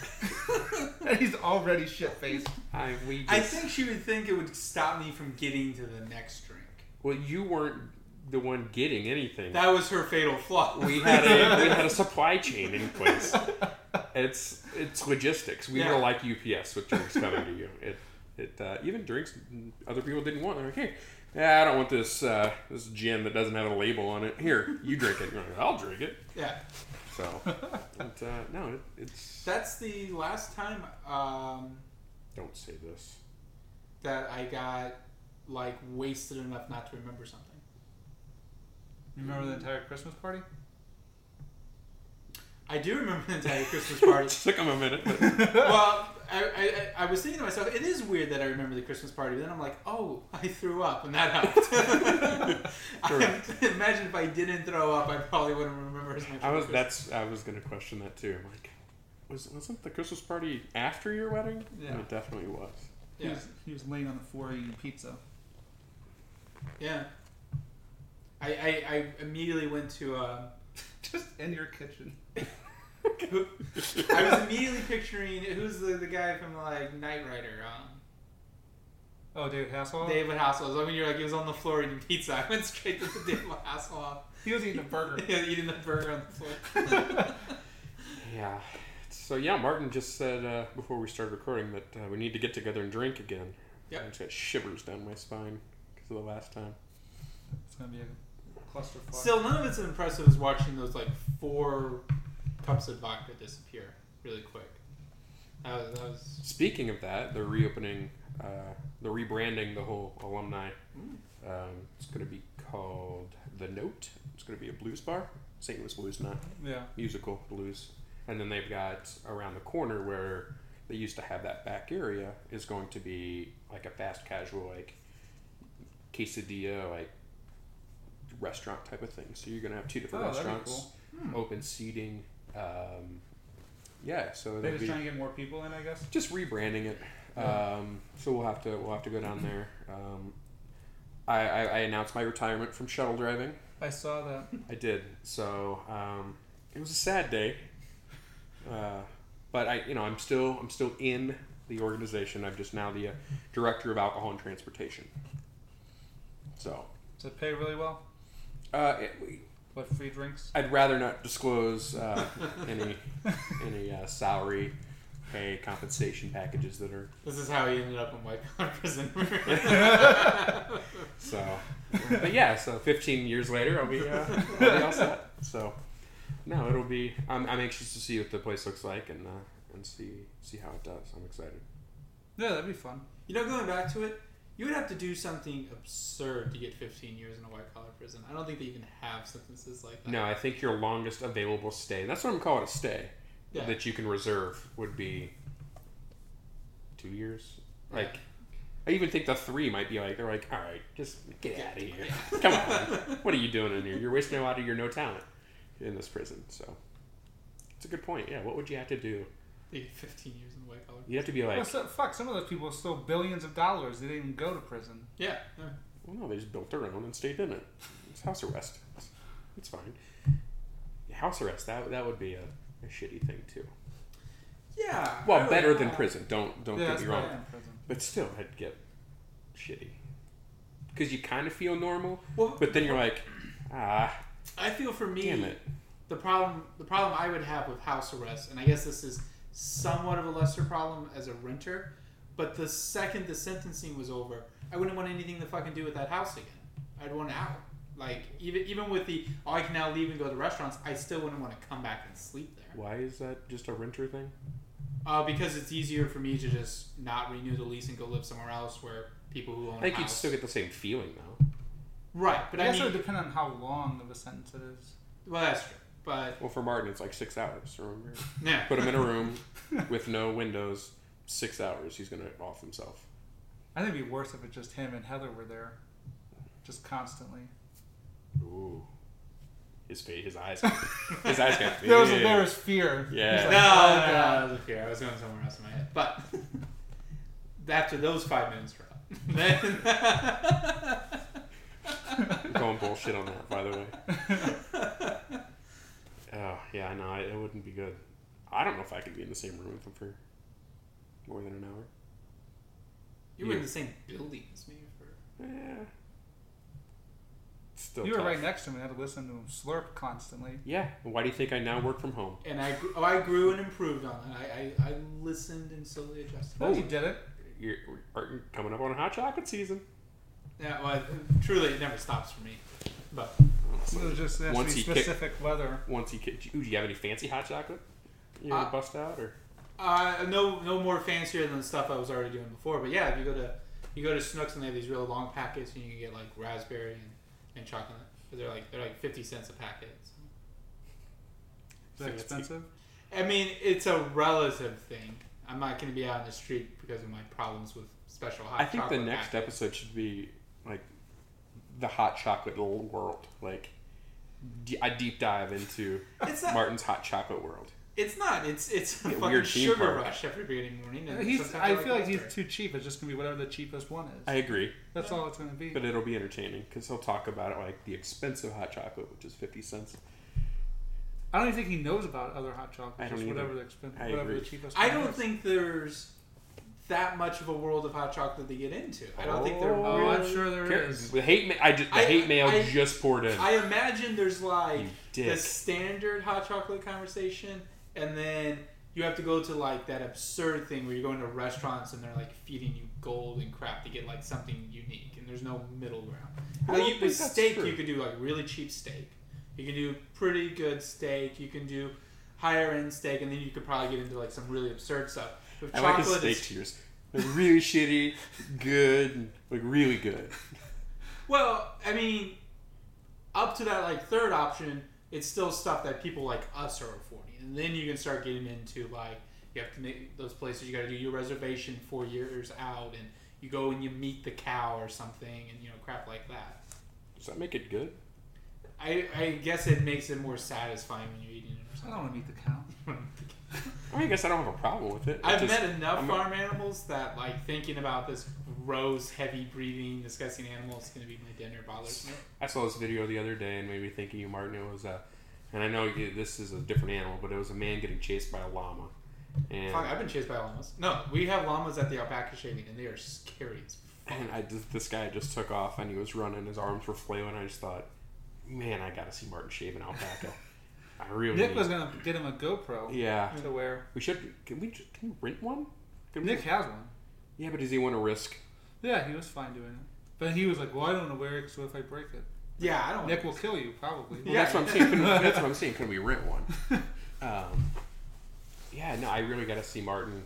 Speaker 2: and he's already shit faced.
Speaker 3: I we
Speaker 1: I
Speaker 3: just,
Speaker 1: think she would think it would stop me from getting to the next drink.
Speaker 3: well you weren't the one getting anything.
Speaker 1: That was her fatal flaw.
Speaker 3: we had a we had a supply chain in place. It's it's logistics. We
Speaker 1: Yeah.
Speaker 3: were like UPS with drinks coming to you. It it uh, even drinks other people didn't want. They're like, hey, yeah, I don't want this uh, this gin that doesn't have a label on it. Here, you drink it. You're like, I'll drink it.
Speaker 1: yeah,
Speaker 3: So it, uh, no, it, it's
Speaker 1: that's the last time um,
Speaker 3: don't say this.
Speaker 1: that I got like wasted enough not to remember something.
Speaker 2: You remember the entire Christmas party?
Speaker 1: I do remember the entire Christmas party.
Speaker 3: Took him a minute. But
Speaker 1: well, I, I- I, I was thinking to myself, it is weird that I remember the Christmas party, but then I'm like, oh, I threw up, and that helped. I,
Speaker 3: Correct.
Speaker 1: imagine if I didn't throw up, I probably wouldn't remember as much.
Speaker 3: I
Speaker 1: of
Speaker 3: was
Speaker 1: the Christmas-
Speaker 3: that's I was gonna question that too. I'm like, was wasn't the Christmas party after your wedding?
Speaker 2: Yeah.
Speaker 3: it definitely was.
Speaker 2: He, was, he was laying on the floor eating pizza.
Speaker 1: Yeah, yeah. I, I, I immediately went to. Uh,
Speaker 2: Just in your kitchen.
Speaker 1: who- I was immediately picturing who's the, the guy from like Knight Rider, um,
Speaker 2: Oh, David Hasselhoff?
Speaker 1: David Hasselhoff. I mean, you're like he was on the floor eating pizza. I went straight to the David Hasselhoff
Speaker 2: He was eating a burger.
Speaker 1: eating the burger on the floor.
Speaker 3: Yeah. So yeah, Martin just said uh, before we started recording that uh, we need to get together and drink again.
Speaker 1: Yep.
Speaker 3: I just got shivers down my spine because of the last time.
Speaker 2: It's going to be a clusterfuck.
Speaker 1: Still, none of it's as impressive as watching those like four cups of vodka disappear really quick. That was, that was
Speaker 3: Speaking of that, they're reopening, uh, they're rebranding the whole alumni.
Speaker 1: Mm.
Speaker 3: Um, it's going to be called the Note. It's going to be a blues bar, St. Louis blues, not
Speaker 2: yeah.
Speaker 3: musical blues. And then they've got around the corner where they used to have that back area is going to be like a fast casual, like quesadilla, like restaurant type of thing. So you're going to have two different
Speaker 2: Oh, that'd be
Speaker 3: restaurants, open seating. Um, yeah, so it'll
Speaker 2: They're just
Speaker 3: be-
Speaker 2: trying to get more people in, I guess.
Speaker 3: just rebranding it. Um, so we'll have to we'll have to go down there. Um, I, I, I announced my retirement from shuttle driving.
Speaker 2: I saw that.
Speaker 3: I did. So um, it was a sad day. Uh, but I you know I'm still I'm still in the organization. I'm just now the uh, director of alcohol and transportation. So
Speaker 2: Does it pay really well?
Speaker 3: uh, it,
Speaker 2: What, free drinks?
Speaker 3: I'd rather not disclose uh, any any uh, salary pay compensation packages that are
Speaker 1: this is how he ended up in white collar prison.
Speaker 3: So, but yeah, so 15 years later, I'll be, uh, I'll be all set. So, no, it'll be. I'm, I'm anxious to see what the place looks like, and uh, and see see how it does. I'm excited.
Speaker 2: Yeah, that'd be fun.
Speaker 1: You know, going back to it, you would have to do something absurd to get 15 years in a white collar prison. I don't think they even have sentences like that.
Speaker 3: No, I think your longest available stay. That's what I'm calling a stay
Speaker 1: Yeah.
Speaker 3: that you can reserve would be two years. Like I even think the three might be like they're like, all right, just get out of here. Come on, what are you doing in here? You're wasting a lot of your no talent in this prison. So it's a good point. Yeah, what would you have to do?
Speaker 1: They get 15 years in a white collar.
Speaker 3: You would have to be like,
Speaker 2: Well, so, fuck, some of those people stole billions of dollars. They didn't even go to prison.
Speaker 1: Yeah. yeah.
Speaker 3: well, no, they just built their own and stayed in it. It's house arrest. It's, it's fine. House arrest. That that would be a, a shitty thing too.
Speaker 1: Yeah. I
Speaker 3: Well,
Speaker 1: would-
Speaker 3: better than
Speaker 1: yeah.
Speaker 3: prison. Don't don't
Speaker 2: yeah,
Speaker 3: get
Speaker 2: that's
Speaker 3: me wrong.
Speaker 2: better than prison.
Speaker 3: But still, I'd get shitty because you kind of feel normal,
Speaker 1: Well,
Speaker 3: but then you're like, ah,
Speaker 1: I feel for me,
Speaker 3: damn it.
Speaker 1: the problem the problem I would have with house arrest, and I guess this is somewhat of a lesser problem as a renter, but the second the sentencing was over, I wouldn't want anything to fucking do with that house again. I'd want out. Like even even with the oh I can now leave and go to restaurants, I still wouldn't want to come back and sleep there.
Speaker 3: Why is that just a renter thing?
Speaker 1: Uh, because it's easier for me to just not renew the lease and go live somewhere else where people who own
Speaker 3: I think
Speaker 1: a
Speaker 3: you'd
Speaker 1: house.
Speaker 3: still get the same feeling though.
Speaker 1: right, but
Speaker 2: But I
Speaker 1: I
Speaker 2: guess
Speaker 1: mean,
Speaker 2: it would depend on how long of a sentence it is.
Speaker 1: well that's true. But
Speaker 3: Well, for Martin, it's like six hours. Remember,
Speaker 1: yeah,
Speaker 3: put him in a room with no windows, six hours. He's gonna off himself.
Speaker 2: I think it'd be worse if it just him and Heather were there, just constantly.
Speaker 3: Ooh, his face, his eyes, his eyes got big.
Speaker 2: There was there was fear.
Speaker 3: Yeah.
Speaker 1: No,
Speaker 2: He's like,
Speaker 1: no,
Speaker 2: "Oh,
Speaker 1: no,
Speaker 2: God."
Speaker 1: that was a fear. I was going somewhere else in my head. But after those five minutes were up, then
Speaker 3: I'm calling bullshit on that, by the way. Oh yeah, no, I, it wouldn't be good. I don't know if I could be in the same room with him for more than an hour.
Speaker 1: you were in
Speaker 3: You.
Speaker 1: the same building as me. For...
Speaker 3: Yeah. Eh. Still
Speaker 2: You were
Speaker 3: tough.
Speaker 2: right next to him and had to listen to him slurp constantly.
Speaker 3: Yeah. Why do you think I now work from home?
Speaker 1: And I, gr- oh, I grew and improved on that. I, I, I listened and slowly adjusted.
Speaker 2: No, you did it.
Speaker 3: You're are you coming up on hot chocolate season.
Speaker 1: Yeah, well, truly, it never stops for me. But
Speaker 2: It was just it has to
Speaker 3: Once
Speaker 2: be
Speaker 3: he kicked-
Speaker 2: specific weather.
Speaker 3: Once you get, ooh, do you have any fancy hot chocolate? You want
Speaker 1: Uh,
Speaker 3: to bust out or?
Speaker 1: Uh, no, no more fancier than the stuff I was already doing before. But yeah, if you go to you go to Snooks and they have these real long packets, and you can get like raspberry and, and chocolate. But they're like they're like fifty cents a packet. So.
Speaker 2: Is that
Speaker 3: Fancy.
Speaker 2: expensive?
Speaker 1: I mean, it's a relative thing. I'm not going to be out in the street because of my problems with special hot.
Speaker 3: I think the
Speaker 1: chocolate
Speaker 3: next
Speaker 1: packets.
Speaker 3: episode should be like the hot chocolate little world. Like d- I deep dive into
Speaker 1: It's not.
Speaker 3: Martin's hot chocolate world.
Speaker 1: It's not. It's it's a
Speaker 3: Yeah,
Speaker 1: fucking
Speaker 3: weird theme
Speaker 1: sugar
Speaker 3: park.
Speaker 1: rush every beginning morning. And
Speaker 2: He's.
Speaker 1: sometimes
Speaker 2: I feel like he's
Speaker 1: raspberry.
Speaker 2: too cheap. It's just gonna be whatever the cheapest one
Speaker 3: I
Speaker 2: is.
Speaker 3: agree.
Speaker 2: That's all it's gonna be.
Speaker 3: But it'll be entertaining because he'll talk about it like the expensive hot chocolate, which is fifty cents.
Speaker 2: I don't even think he knows about other hot
Speaker 3: I
Speaker 2: chocolates.
Speaker 3: don't
Speaker 2: Just
Speaker 3: either.
Speaker 2: whatever the expensive,
Speaker 3: I
Speaker 2: whatever the
Speaker 3: agree.
Speaker 2: cheapest.
Speaker 1: I
Speaker 2: one
Speaker 1: don't
Speaker 2: is.
Speaker 1: think there's that much of a world of hot chocolate to get into. I don't think there.
Speaker 3: Oh,
Speaker 2: Oh,
Speaker 1: really
Speaker 2: I'm sure there is.
Speaker 3: Care- The hate ma- I just the
Speaker 1: I-
Speaker 3: hate mail
Speaker 1: I-
Speaker 3: just poured in.
Speaker 1: I imagine there's like
Speaker 3: You
Speaker 1: the
Speaker 3: dick.
Speaker 1: standard hot chocolate conversation, and then you have to go to like that absurd thing where you're going to restaurants and they're like feeding you gold and crap to get like something unique, and there's no middle ground.
Speaker 3: I
Speaker 1: Like
Speaker 3: don't
Speaker 1: you,
Speaker 3: think
Speaker 1: with
Speaker 3: that's
Speaker 1: steak,
Speaker 3: true.
Speaker 1: you could do like really cheap steak. You can do pretty good steak. You can do higher end steak, and then you could probably get into like some really absurd stuff. With
Speaker 3: I like his
Speaker 1: chocolate,
Speaker 3: steak
Speaker 1: it's,
Speaker 3: tiers. They're really shitty, good, like really good.
Speaker 1: well, I mean, up to that like third option, it's still stuff that people like us are affording, and then you can start getting into like you have to make those places. You got to do your reservation four years out, and you go and you meet the cow or something, and you know crap like that.
Speaker 3: Does that make it good?
Speaker 1: I, I guess it makes it more satisfying when you're eating it or
Speaker 2: I
Speaker 1: something.
Speaker 2: don't want to meet the cow.
Speaker 3: I mean, I guess I don't have a problem with it. I
Speaker 1: I've
Speaker 3: just-
Speaker 1: met enough
Speaker 3: I'm a-
Speaker 1: farm animals that like thinking about this gross, heavy breathing, disgusting animal is going to be my dinner bothers me.
Speaker 3: I saw this video the other day and made me think of you, Martin. It was a, and I know you- this is a different animal, but it was a man getting chased by a llama. And
Speaker 1: Fuck, I've been chased by llamas. No, we have llamas at the alpaca shaving, and they are scary as fuck.
Speaker 3: And I just, this guy just took off and he was running, his arms were flailing. I just thought, man, I gotta see Martin shave an alpaca. I really
Speaker 2: Nick
Speaker 3: need-
Speaker 2: was gonna get him a GoPro
Speaker 3: Yeah,
Speaker 2: to wear.
Speaker 3: we should. Can we just can we rent one? Can
Speaker 2: Nick
Speaker 3: We,
Speaker 2: has one.
Speaker 3: yeah, but does he want to risk?
Speaker 2: Yeah, he was fine doing it. But he was like, "Well, I don't want to wear it because what if I break it?
Speaker 1: Yeah, I don't.
Speaker 2: Nick will kill you, probably."
Speaker 3: Oh. Well,
Speaker 1: Yeah.
Speaker 3: that's what I'm saying. Can, that's what I'm saying. Can we rent one? Um, yeah, yeah, no, I really got to see Martin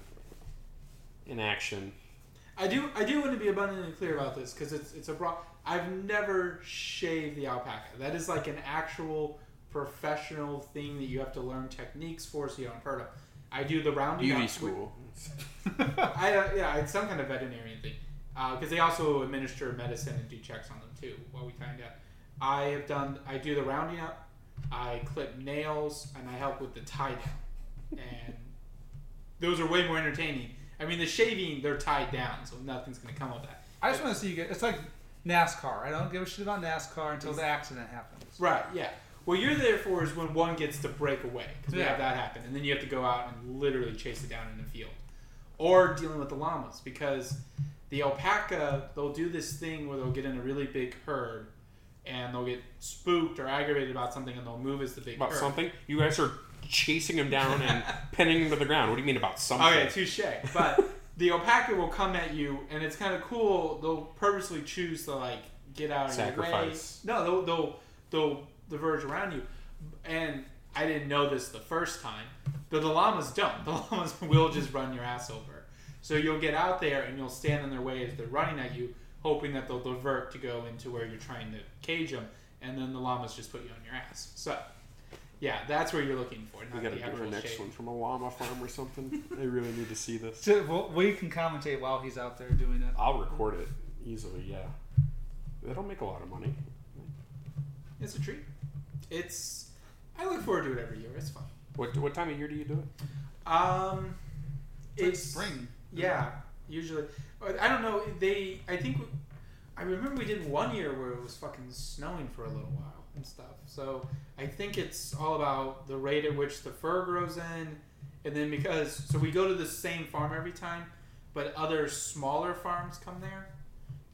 Speaker 3: in action.
Speaker 1: I do. I do want to be abundantly clear about this because it's it's a broad. I've never shaved the alpaca. That is like an actual professional thing that you have to learn techniques for, so you don't hurt them. I do the rounding
Speaker 3: Beauty
Speaker 1: up-
Speaker 3: school.
Speaker 1: I uh, yeah, it's some kind of veterinarian thing because they also administer medicine and do checks on them too while we kind of. I have done. I do the rounding up. I clip nails and I help with the tie down, and those are way more entertaining. I mean, the shaving they're tied down, so nothing's gonna come of that.
Speaker 2: I just want to see you get. It's like NASCAR. I don't give a shit about NASCAR until the accident happens.
Speaker 1: Right. Yeah. What you're there for is when one gets to break away because we
Speaker 2: Yeah.
Speaker 1: have that happen, and then you have to go out and literally chase it down in the field, or dealing with the llamas because the alpaca they'll do this thing where they'll get in a really big herd, and they'll get spooked or aggravated about something, and they'll move as the big
Speaker 3: About
Speaker 1: herd.
Speaker 3: something? You guys are chasing him down and pinning him to the ground. What do you mean about something?
Speaker 1: Okay, touche. But the alpaca will come at you, and it's kind of cool. They'll purposely choose to like get out of
Speaker 3: Sacrifice.
Speaker 1: your way. No, they'll they'll they'll diverge around you. And I didn't know this the first time, but the llamas don't. The llamas will just run your ass over. So you'll get out there and you'll stand in their way as they're running at you, hoping that they'll divert to go into where you're trying to cage them, and then the llamas just put you on your ass. So. Yeah, that's where you're looking for. Not
Speaker 3: We gotta
Speaker 1: the
Speaker 3: do
Speaker 1: actual
Speaker 3: our next
Speaker 1: shape.
Speaker 3: one from a llama farm or something. I really need to see this.
Speaker 2: So well, we can commentate while he's out there doing it.
Speaker 3: I'll record it easily. Yeah, that'll make a lot of money.
Speaker 1: It's a treat. It's. I look forward to it every year. It's fun.
Speaker 3: What what time of year do you do it?
Speaker 1: Um,
Speaker 2: It's like spring.
Speaker 1: Yeah, usually. But I don't know. They. I think. We, I remember we did one year where it was fucking snowing for a little while and stuff. So I think it's all about the rate at which the fur grows in, and then because so we go to the same farm every time, but other smaller farms come there,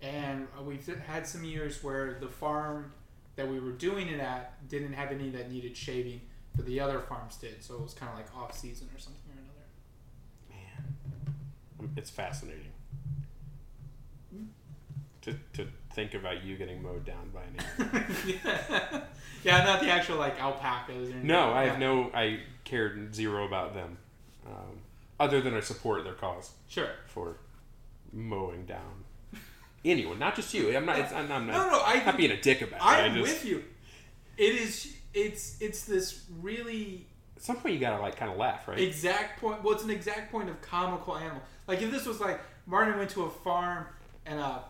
Speaker 1: and we've had some years where the farm that we were doing it at didn't have any that needed shaving, but the other farms did. So it was kind of like off season or something or another.
Speaker 3: Man, Um, it's fascinating
Speaker 1: Hmm?
Speaker 3: to to think about you getting mowed down by an. animal.
Speaker 1: yeah. yeah, not the actual like alpacas. Or anything.
Speaker 3: No, I
Speaker 1: Yeah.
Speaker 3: have no. I cared zero about them, um, other than I support their cause
Speaker 1: Sure.
Speaker 3: for mowing down anyone, not just you. I'm not. It's, I'm, I'm not.
Speaker 1: No, no, I
Speaker 3: I'm not being a dick about it. I
Speaker 1: I'm
Speaker 3: just,
Speaker 1: with you. It is. It's it's this really
Speaker 3: At some point, you gotta like kind of laugh, right?
Speaker 1: exact point. Well, it's an exact point of comical animal. Like if this was like Martin went to a farm and a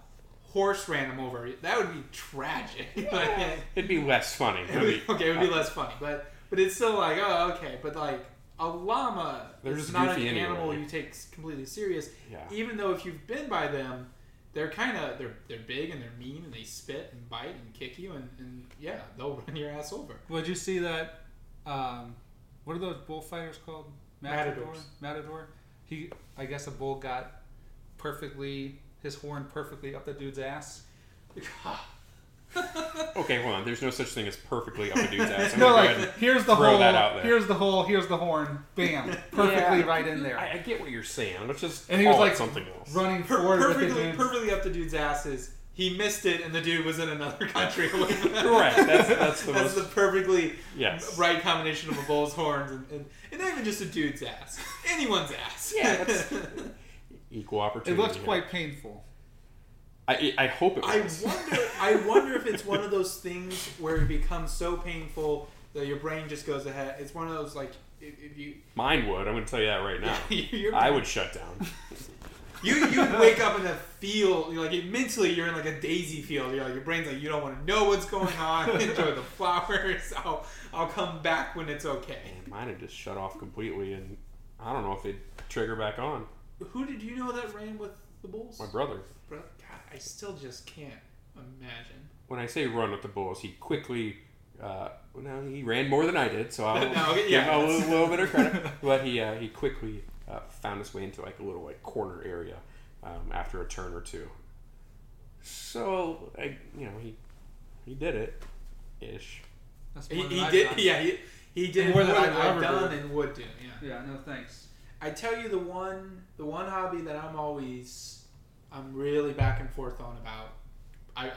Speaker 1: horse ran him over, that would be tragic. Like,
Speaker 3: It'd be less funny.
Speaker 1: it would- okay, it would be less funny, but but it's still like oh okay, but like a llama
Speaker 3: They're
Speaker 1: is
Speaker 3: just
Speaker 1: not an
Speaker 3: goofy anyway.
Speaker 1: animal you take s- completely serious.
Speaker 3: Yeah.
Speaker 1: Even though if you've been by them, they're kind of they're they're big and they're mean and they spit and bite and kick you and, and yeah they'll run your ass over.
Speaker 2: Would you see that? Um, what are those bullfighters called?
Speaker 1: Matadors.
Speaker 2: Matador. He, I guess, a bull got perfectly his horn perfectly up the dude's ass.
Speaker 3: Okay, hold on. There's no such thing as perfectly up a dude's ass. I'm
Speaker 2: no,
Speaker 3: gonna go
Speaker 2: like
Speaker 3: ahead and-
Speaker 2: here's the
Speaker 3: throw
Speaker 2: hole.
Speaker 3: that out there.
Speaker 2: Here's the hole. Here's the horn. Bam, perfectly
Speaker 3: Yeah.
Speaker 2: right in there.
Speaker 3: I, I get what you're saying. Let's just
Speaker 2: And he was
Speaker 3: call it
Speaker 2: like
Speaker 3: something else.
Speaker 2: running
Speaker 1: Per-
Speaker 2: forward with the
Speaker 1: perfectly
Speaker 2: dude.
Speaker 1: perfectly up the dude's asses. He missed it and the dude was in another country.
Speaker 3: Correct. That's- that's the most-
Speaker 1: the perfectly
Speaker 3: Yes.
Speaker 1: right combination of a bull's horns and, and, and not even just a dude's ass, anyone's ass.
Speaker 3: Yeah, that's- Equal
Speaker 2: It
Speaker 3: opportunity.
Speaker 2: looks
Speaker 3: here.
Speaker 2: quite painful.
Speaker 3: I, I hope it.
Speaker 1: I
Speaker 3: Was.
Speaker 1: wonder. I wonder if it's one of those things where it becomes so painful that your brain just goes ahead. It's one of those like if, if you
Speaker 3: Mine would. I'm gonna tell you that right now.
Speaker 1: you're,
Speaker 3: I would shut down.
Speaker 1: you you wake up in a field you're like mentally you're in like a daisy field. You're like, your brain's like you don't want to know what's going on. Enjoy the flowers. I'll I'll come back when it's okay.
Speaker 3: Man, mine would just shut off completely, and I don't know if they'd trigger back on.
Speaker 1: Who did you know that ran with the Bulls?
Speaker 3: My brother.
Speaker 1: Bro- God, I still just can't imagine.
Speaker 3: When I say run with the bulls, he quickly. Uh, well, no, he ran more than I did, so I'll
Speaker 1: No,
Speaker 3: give
Speaker 1: yeah,
Speaker 3: him a little,
Speaker 1: that's-
Speaker 3: little bit of credit. But he uh, he quickly uh, found his way into like a little like corner area um, after a turn or two. So I, you know, he he did it, ish.
Speaker 2: That's
Speaker 1: He,
Speaker 2: more than
Speaker 1: he
Speaker 2: I've
Speaker 1: did.
Speaker 2: done.
Speaker 1: Yeah, he, he did more than I've
Speaker 2: ever
Speaker 1: done
Speaker 2: did.
Speaker 1: and would do. Yeah.
Speaker 2: Yeah. No thanks.
Speaker 1: I tell you the one the one hobby that I'm always I'm really back and forth on about. I, I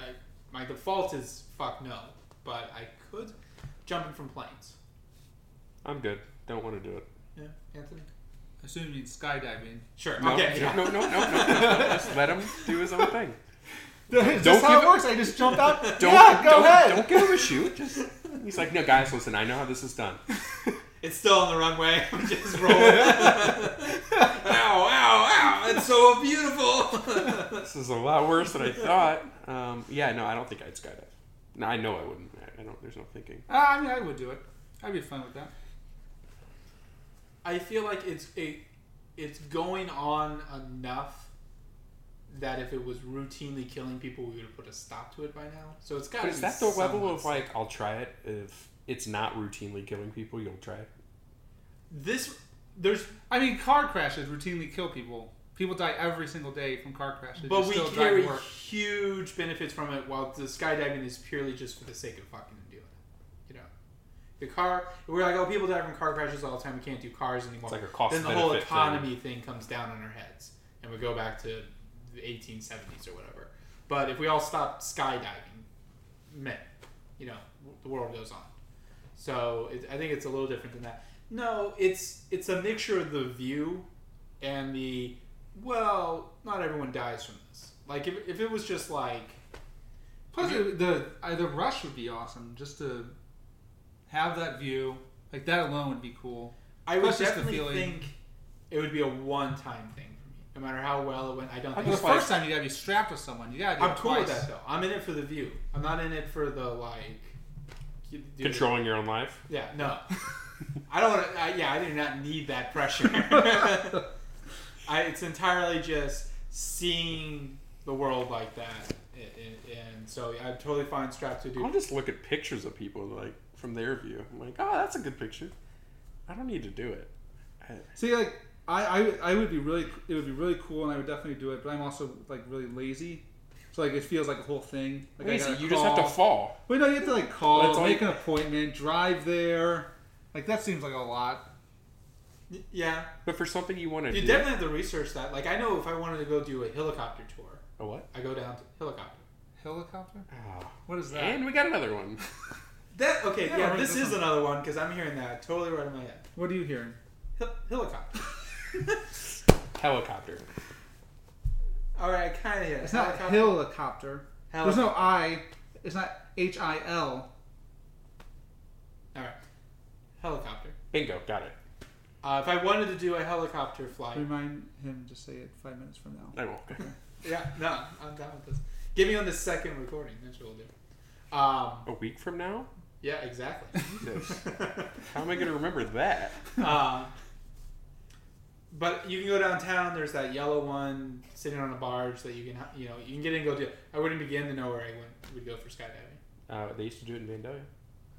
Speaker 1: my default is fuck no, but I could jumping from planes.
Speaker 3: I'm good. Don't want to do it.
Speaker 1: Yeah, Anthony.
Speaker 2: assume you mean skydiving.
Speaker 1: Sure.
Speaker 3: No,
Speaker 1: okay.
Speaker 3: no, no, no, no, no, no, no. Just let him do his own thing.
Speaker 2: That's
Speaker 3: Don't
Speaker 2: how
Speaker 3: give
Speaker 2: it
Speaker 3: a-
Speaker 2: works. I just jump out.
Speaker 3: Don't,
Speaker 2: yeah, go
Speaker 3: don't,
Speaker 2: ahead.
Speaker 3: Don't give him a shoot. Just he's like, no, guys, listen, I know how this is done.
Speaker 1: It's still on the runway. I'm just rolling. ow, ow, ow. It's so beautiful.
Speaker 3: This is a lot worse than I thought. Um, yeah, no, I don't think I'd skydive. No, I know I wouldn't. I- I don't. There's no thinking.
Speaker 2: Ah, I mean, I would do it. I'd be fine with that.
Speaker 1: I feel like it's a, it's going on enough that if it was routinely killing people, we would have put a stop to it by now. So it's got.
Speaker 3: But is that the level of like, I'll try it if it's not routinely killing people, you'll try it?
Speaker 1: this? There's,
Speaker 2: I mean, car crashes routinely kill people. People die every single day from car crashes.
Speaker 1: but
Speaker 2: You
Speaker 1: we
Speaker 2: still drive
Speaker 1: carry
Speaker 2: to work.
Speaker 1: huge benefits from it, while the skydiving is purely just for the sake of fucking and doing it. You know, the car. We're like, oh, people die from car crashes all the time. We can't do cars anymore.
Speaker 3: It's like a cost
Speaker 1: then the whole
Speaker 3: benefit
Speaker 1: economy thing. comes down on our heads, and we go back to the 1870s or whatever. But if we all stop skydiving, meh, you know, the world goes on. So it, I think it's a little different than that. No, it's it's a mixture of the view and the well, not everyone dies from this. Like if, if it was just like
Speaker 2: Plus, it- the uh, the rush would be awesome just to have that view. Like that alone would be cool.
Speaker 1: I would
Speaker 2: Plus just the
Speaker 1: definitely
Speaker 2: feeling.
Speaker 1: think it would be a one time thing for me. No matter how well it went, I don't
Speaker 3: I'm
Speaker 1: think
Speaker 2: The
Speaker 3: just
Speaker 2: first
Speaker 3: like-
Speaker 2: time you gotta be strapped with someone. You gotta do
Speaker 1: I'm
Speaker 2: it
Speaker 1: cool
Speaker 2: twice.
Speaker 1: with that though. I'm in it for the view. I'm not in it for the like you- do
Speaker 3: Controlling your own life?
Speaker 1: the- yeah, no. I don't want to. Yeah, I do not need that pressure. I, it's entirely just seeing the world like that, and, and so I'm totally fine strapped to do.
Speaker 3: I'll just look at pictures of people, like, from their view. I'm like, oh, that's a good picture. I don't need to do it. I,
Speaker 2: See, like I, I, I would be really, it would be really cool, and I would definitely do it. But I'm also like really lazy, so like it feels like a whole thing. Like I
Speaker 3: Lazy,
Speaker 2: gotta
Speaker 3: you just have to
Speaker 2: call-
Speaker 3: fall.
Speaker 2: Wait, no, you have to like
Speaker 3: Well,
Speaker 2: call,
Speaker 3: it's
Speaker 2: make
Speaker 3: like-
Speaker 2: an appointment, drive there. Like that seems like a lot. Oh.
Speaker 1: Yeah,
Speaker 3: But for something you want to
Speaker 1: you
Speaker 3: do.
Speaker 1: definitely have to research that. Like I know if I wanted to go do a helicopter tour,
Speaker 3: a what?
Speaker 1: I go down to helicopter.
Speaker 2: Helicopter?
Speaker 3: Oh.
Speaker 2: What is that?
Speaker 3: And we got another one.
Speaker 1: That okay?
Speaker 2: Yeah,
Speaker 1: Yeah,
Speaker 2: right,
Speaker 1: this
Speaker 2: this
Speaker 1: is
Speaker 2: one.
Speaker 1: another one because I'm hearing that totally right in my head.
Speaker 2: What are you hearing?
Speaker 1: Hel- helicopter.
Speaker 3: Helicopter.
Speaker 1: All right, I kind of hear it.
Speaker 2: It's not
Speaker 1: Helicopter.
Speaker 2: helicopter. There's
Speaker 1: Helic-
Speaker 2: no I. It's not H I L.
Speaker 1: All right. Helicopter.
Speaker 3: Bingo, got it.
Speaker 1: Uh, if I wanted to do a helicopter flight,
Speaker 2: Remind him to say it five minutes from now.
Speaker 3: I won't.
Speaker 1: yeah, no, I'm down with this. Give me on the second recording. That's what we'll do. Um,
Speaker 3: A week from now?
Speaker 1: yeah, exactly.
Speaker 3: Jesus. How am I going to remember that?
Speaker 1: uh, but you can go downtown. There's that yellow one sitting on a barge that you can, ha- you know, you can get in and go do. I wouldn't begin to know where I went, would go for skydiving.
Speaker 3: Uh, they used to do it in Vandalia,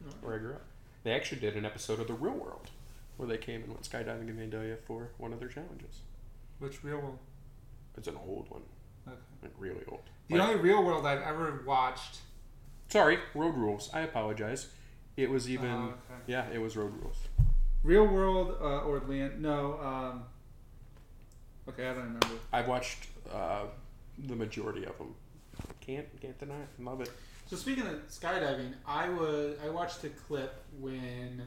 Speaker 1: No.
Speaker 3: where I grew up. They actually did an episode of The Real World, where they came and went skydiving in Vandalia for one of their challenges.
Speaker 2: Which real world?
Speaker 3: It's an old one,
Speaker 2: Okay.
Speaker 3: like really old.
Speaker 2: The
Speaker 3: Like-
Speaker 2: only real world I've ever watched.
Speaker 3: sorry, road rules. I apologize. It was even
Speaker 2: Oh,
Speaker 1: Uh-huh.
Speaker 2: okay.
Speaker 3: yeah, it was road rules.
Speaker 2: Real world uh, or land? No. Um, okay, I don't remember.
Speaker 3: I watched uh, the majority of them. Can't can't deny it. Love it.
Speaker 1: So speaking of skydiving, I was I watched a clip when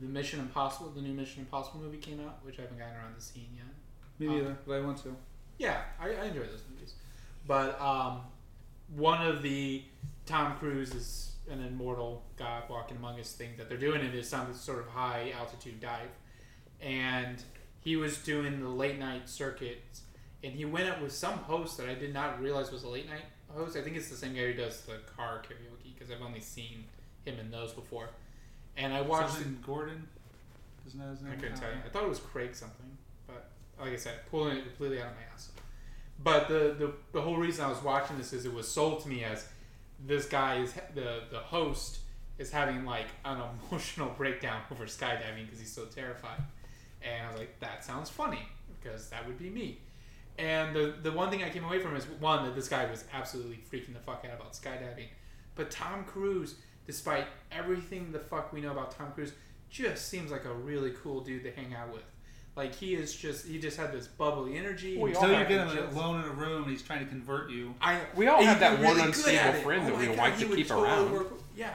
Speaker 1: the Mission Impossible, the new Mission Impossible movie came out, which I haven't gotten around to seeing yet.
Speaker 2: Me
Speaker 1: Um,
Speaker 2: neither, but I want to.
Speaker 1: Yeah, I, I enjoy those movies, but um, one of the Tom Cruise is an immortal god walking among us thing that they're doing it is some sort of high altitude dive, and he was doing the late night circuits, and he went up with some host that I did not realize was a late night host. I think it's the same guy who does the car karaoke because I've only seen him in those before, and I watched.
Speaker 2: Something Gordon. Isn't that his name?
Speaker 1: I couldn't
Speaker 2: don't
Speaker 1: tell you.
Speaker 2: know.
Speaker 1: I thought it was Craig something, but like I said, pulling it completely out of my ass. But the, the the whole reason I was watching this is it was sold to me as this guy is ha- the the host is having like an emotional breakdown over skydiving because he's so terrified, and I was like, that sounds funny because that would be me. And the the one thing I came away from is one that this guy was absolutely freaking the fuck out about skydiving, but Tom Cruise, despite everything the fuck we know about Tom Cruise, just seems like a really cool dude to hang out with. Like he is just he just had this bubbly energy.
Speaker 3: We
Speaker 1: He
Speaker 3: all
Speaker 2: Until you
Speaker 3: have
Speaker 2: get
Speaker 1: fucking
Speaker 2: him
Speaker 1: just-
Speaker 2: alone in a room and he's trying to convert you.
Speaker 1: I
Speaker 3: We all
Speaker 1: and
Speaker 3: have
Speaker 1: he'd
Speaker 3: that
Speaker 1: be
Speaker 3: one
Speaker 1: really good
Speaker 3: unstable
Speaker 1: at it. Oh
Speaker 3: friend that
Speaker 1: my
Speaker 3: we
Speaker 1: God,
Speaker 3: like to
Speaker 1: he would
Speaker 3: keep
Speaker 1: totally
Speaker 3: around.
Speaker 1: work- yeah,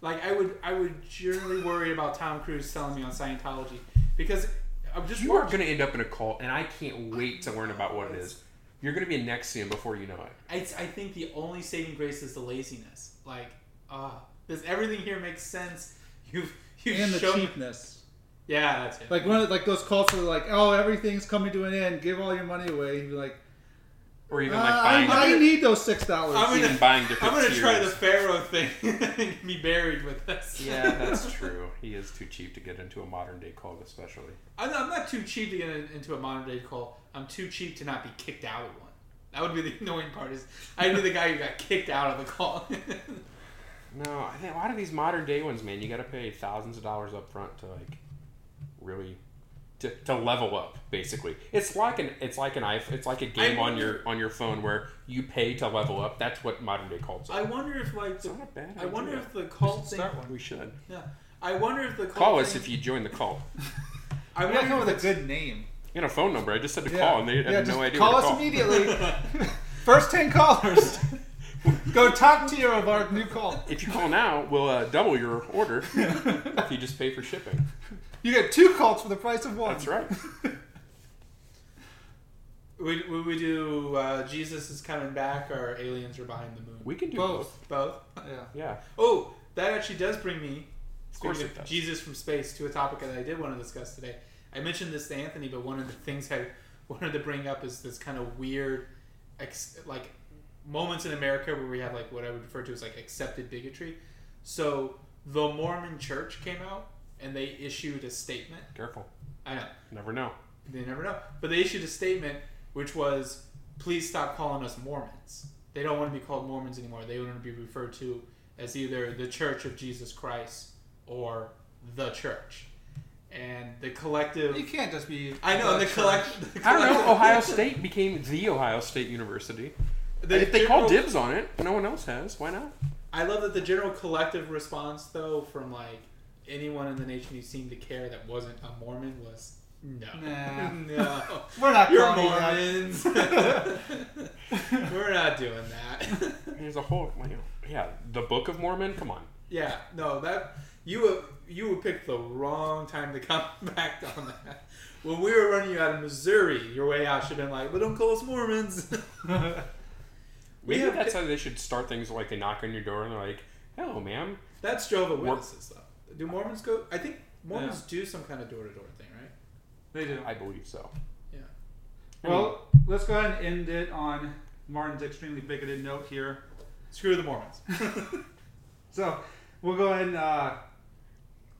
Speaker 1: like I would, I would generally worry about Tom Cruise selling me on Scientology because I'm just
Speaker 3: you are
Speaker 1: watching.
Speaker 3: going to end up in a cult, and I can't wait to learn about what it is. You're going to be in Nexium before you know it.
Speaker 1: I, I think the only saving grace is the laziness. Like, ah, does everything here make sense? You've you've
Speaker 2: and the
Speaker 1: shown.
Speaker 2: cheapness.
Speaker 1: Yeah, that's it.
Speaker 2: Like one of like those cults that are like, oh, everything's coming to an end. Give all your money away. You'd be like,
Speaker 3: Or even
Speaker 2: "Uh,
Speaker 3: like
Speaker 2: I,
Speaker 3: buying,
Speaker 2: I
Speaker 1: gonna-
Speaker 2: need those six dollars.
Speaker 1: I'm
Speaker 3: even
Speaker 1: gonna-
Speaker 3: buying
Speaker 1: I'm
Speaker 3: different
Speaker 1: gonna try the
Speaker 3: tiers.
Speaker 1: Pharaoh thing and be buried with this.
Speaker 3: Yeah, that's true. He is too cheap to get into a modern day cult, especially.
Speaker 1: I'm not, I'm not too cheap to get in- into a modern day cult. I'm too cheap to not be kicked out of one. That would be the annoying part. Is I'd be the guy who got kicked out of the cult.
Speaker 3: No, I think a lot of these modern day ones, man, you got to pay thousands of dollars up front to like really to, to level up. Basically, it's like an it's like an iPhone, it's like a game
Speaker 1: I-
Speaker 3: on your on your phone where you pay to level up. That's what modern day cults
Speaker 1: I
Speaker 3: are.
Speaker 1: wonder if like
Speaker 3: It's
Speaker 1: the,
Speaker 3: not a bad.
Speaker 1: I wonder
Speaker 3: idea.
Speaker 1: if the
Speaker 3: We should
Speaker 1: cult thing.
Speaker 3: start one. We should
Speaker 1: Yeah, I wonder if the cult
Speaker 3: call us
Speaker 1: thing-
Speaker 3: if you join the cult.
Speaker 1: I
Speaker 2: I gotta
Speaker 1: wonder
Speaker 2: come
Speaker 1: if
Speaker 2: up with
Speaker 1: the
Speaker 2: a good name.
Speaker 3: You know, phone number. I just said to
Speaker 2: Yeah.
Speaker 3: call, and they
Speaker 2: Yeah,
Speaker 3: have
Speaker 2: just
Speaker 3: no idea.
Speaker 2: Call
Speaker 3: where
Speaker 2: us
Speaker 3: to
Speaker 2: immediately. First ten callers. Go top tier of our new call.
Speaker 3: If you call now, we'll uh, double your order if you just pay for shipping.
Speaker 2: You get two cults for the price of one.
Speaker 3: That's right.
Speaker 1: Would, would we do uh, Jesus is coming back or aliens are behind the moon?
Speaker 3: We can do both.
Speaker 2: Both.
Speaker 1: Both.
Speaker 2: Yeah.
Speaker 3: Yeah.
Speaker 1: Oh, that actually does bring me.
Speaker 3: Of course
Speaker 1: speaking
Speaker 3: it does.
Speaker 1: Jesus from space to a topic that I did want to discuss today. I mentioned this to Anthony, but one of the things I wanted to bring up is this kind of weird, ex- like, moments in America where we have like what I would refer to as like accepted bigotry. So the Mormon Church came out and they issued a statement.
Speaker 3: Careful.
Speaker 1: I know.
Speaker 3: Never know.
Speaker 1: They never know. But they issued a statement which was, please stop calling us Mormons. They don't want to be called Mormons anymore. They want to be referred to as either the Church of Jesus Christ or the Church. And the collective.
Speaker 2: You can't just be. uh,
Speaker 1: I know, and the, collect, the
Speaker 3: I don't
Speaker 1: collective-
Speaker 3: know. Ohio State became the Ohio State University.
Speaker 1: the
Speaker 3: if they
Speaker 1: general-
Speaker 3: call dibs on it, no one else has. Why not?
Speaker 1: I love that the general collective response, though, from like anyone in the nation who seemed to care that wasn't a Mormon was no.
Speaker 2: Nah.
Speaker 1: no.
Speaker 2: We're not
Speaker 1: You're
Speaker 2: calling you that.
Speaker 1: Mormons. We're not doing that.
Speaker 3: There's a whole. like, yeah, the Book of Mormon. Come on.
Speaker 1: yeah, no, that you you would pick the wrong time to come back on that. When we were running you out of Missouri, your way out should have been like, "But don't call us Mormons."
Speaker 3: Maybe
Speaker 1: have-
Speaker 3: that's how they should start things. Like they knock on your door and they're like, "Hello, ma'am."
Speaker 1: That's Jehovah's
Speaker 3: Mor-
Speaker 1: Witnesses, though. Do Mormons go? I think Mormons do some kind of door to door thing, right?
Speaker 2: They do.
Speaker 3: I believe so.
Speaker 1: Yeah.
Speaker 2: Well, let's go ahead and end it on Martin's extremely bigoted note here.
Speaker 1: Screw the Mormons.
Speaker 2: So we'll go ahead and uh,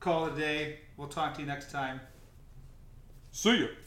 Speaker 2: call it a day. We'll talk to you next time.
Speaker 3: see ya.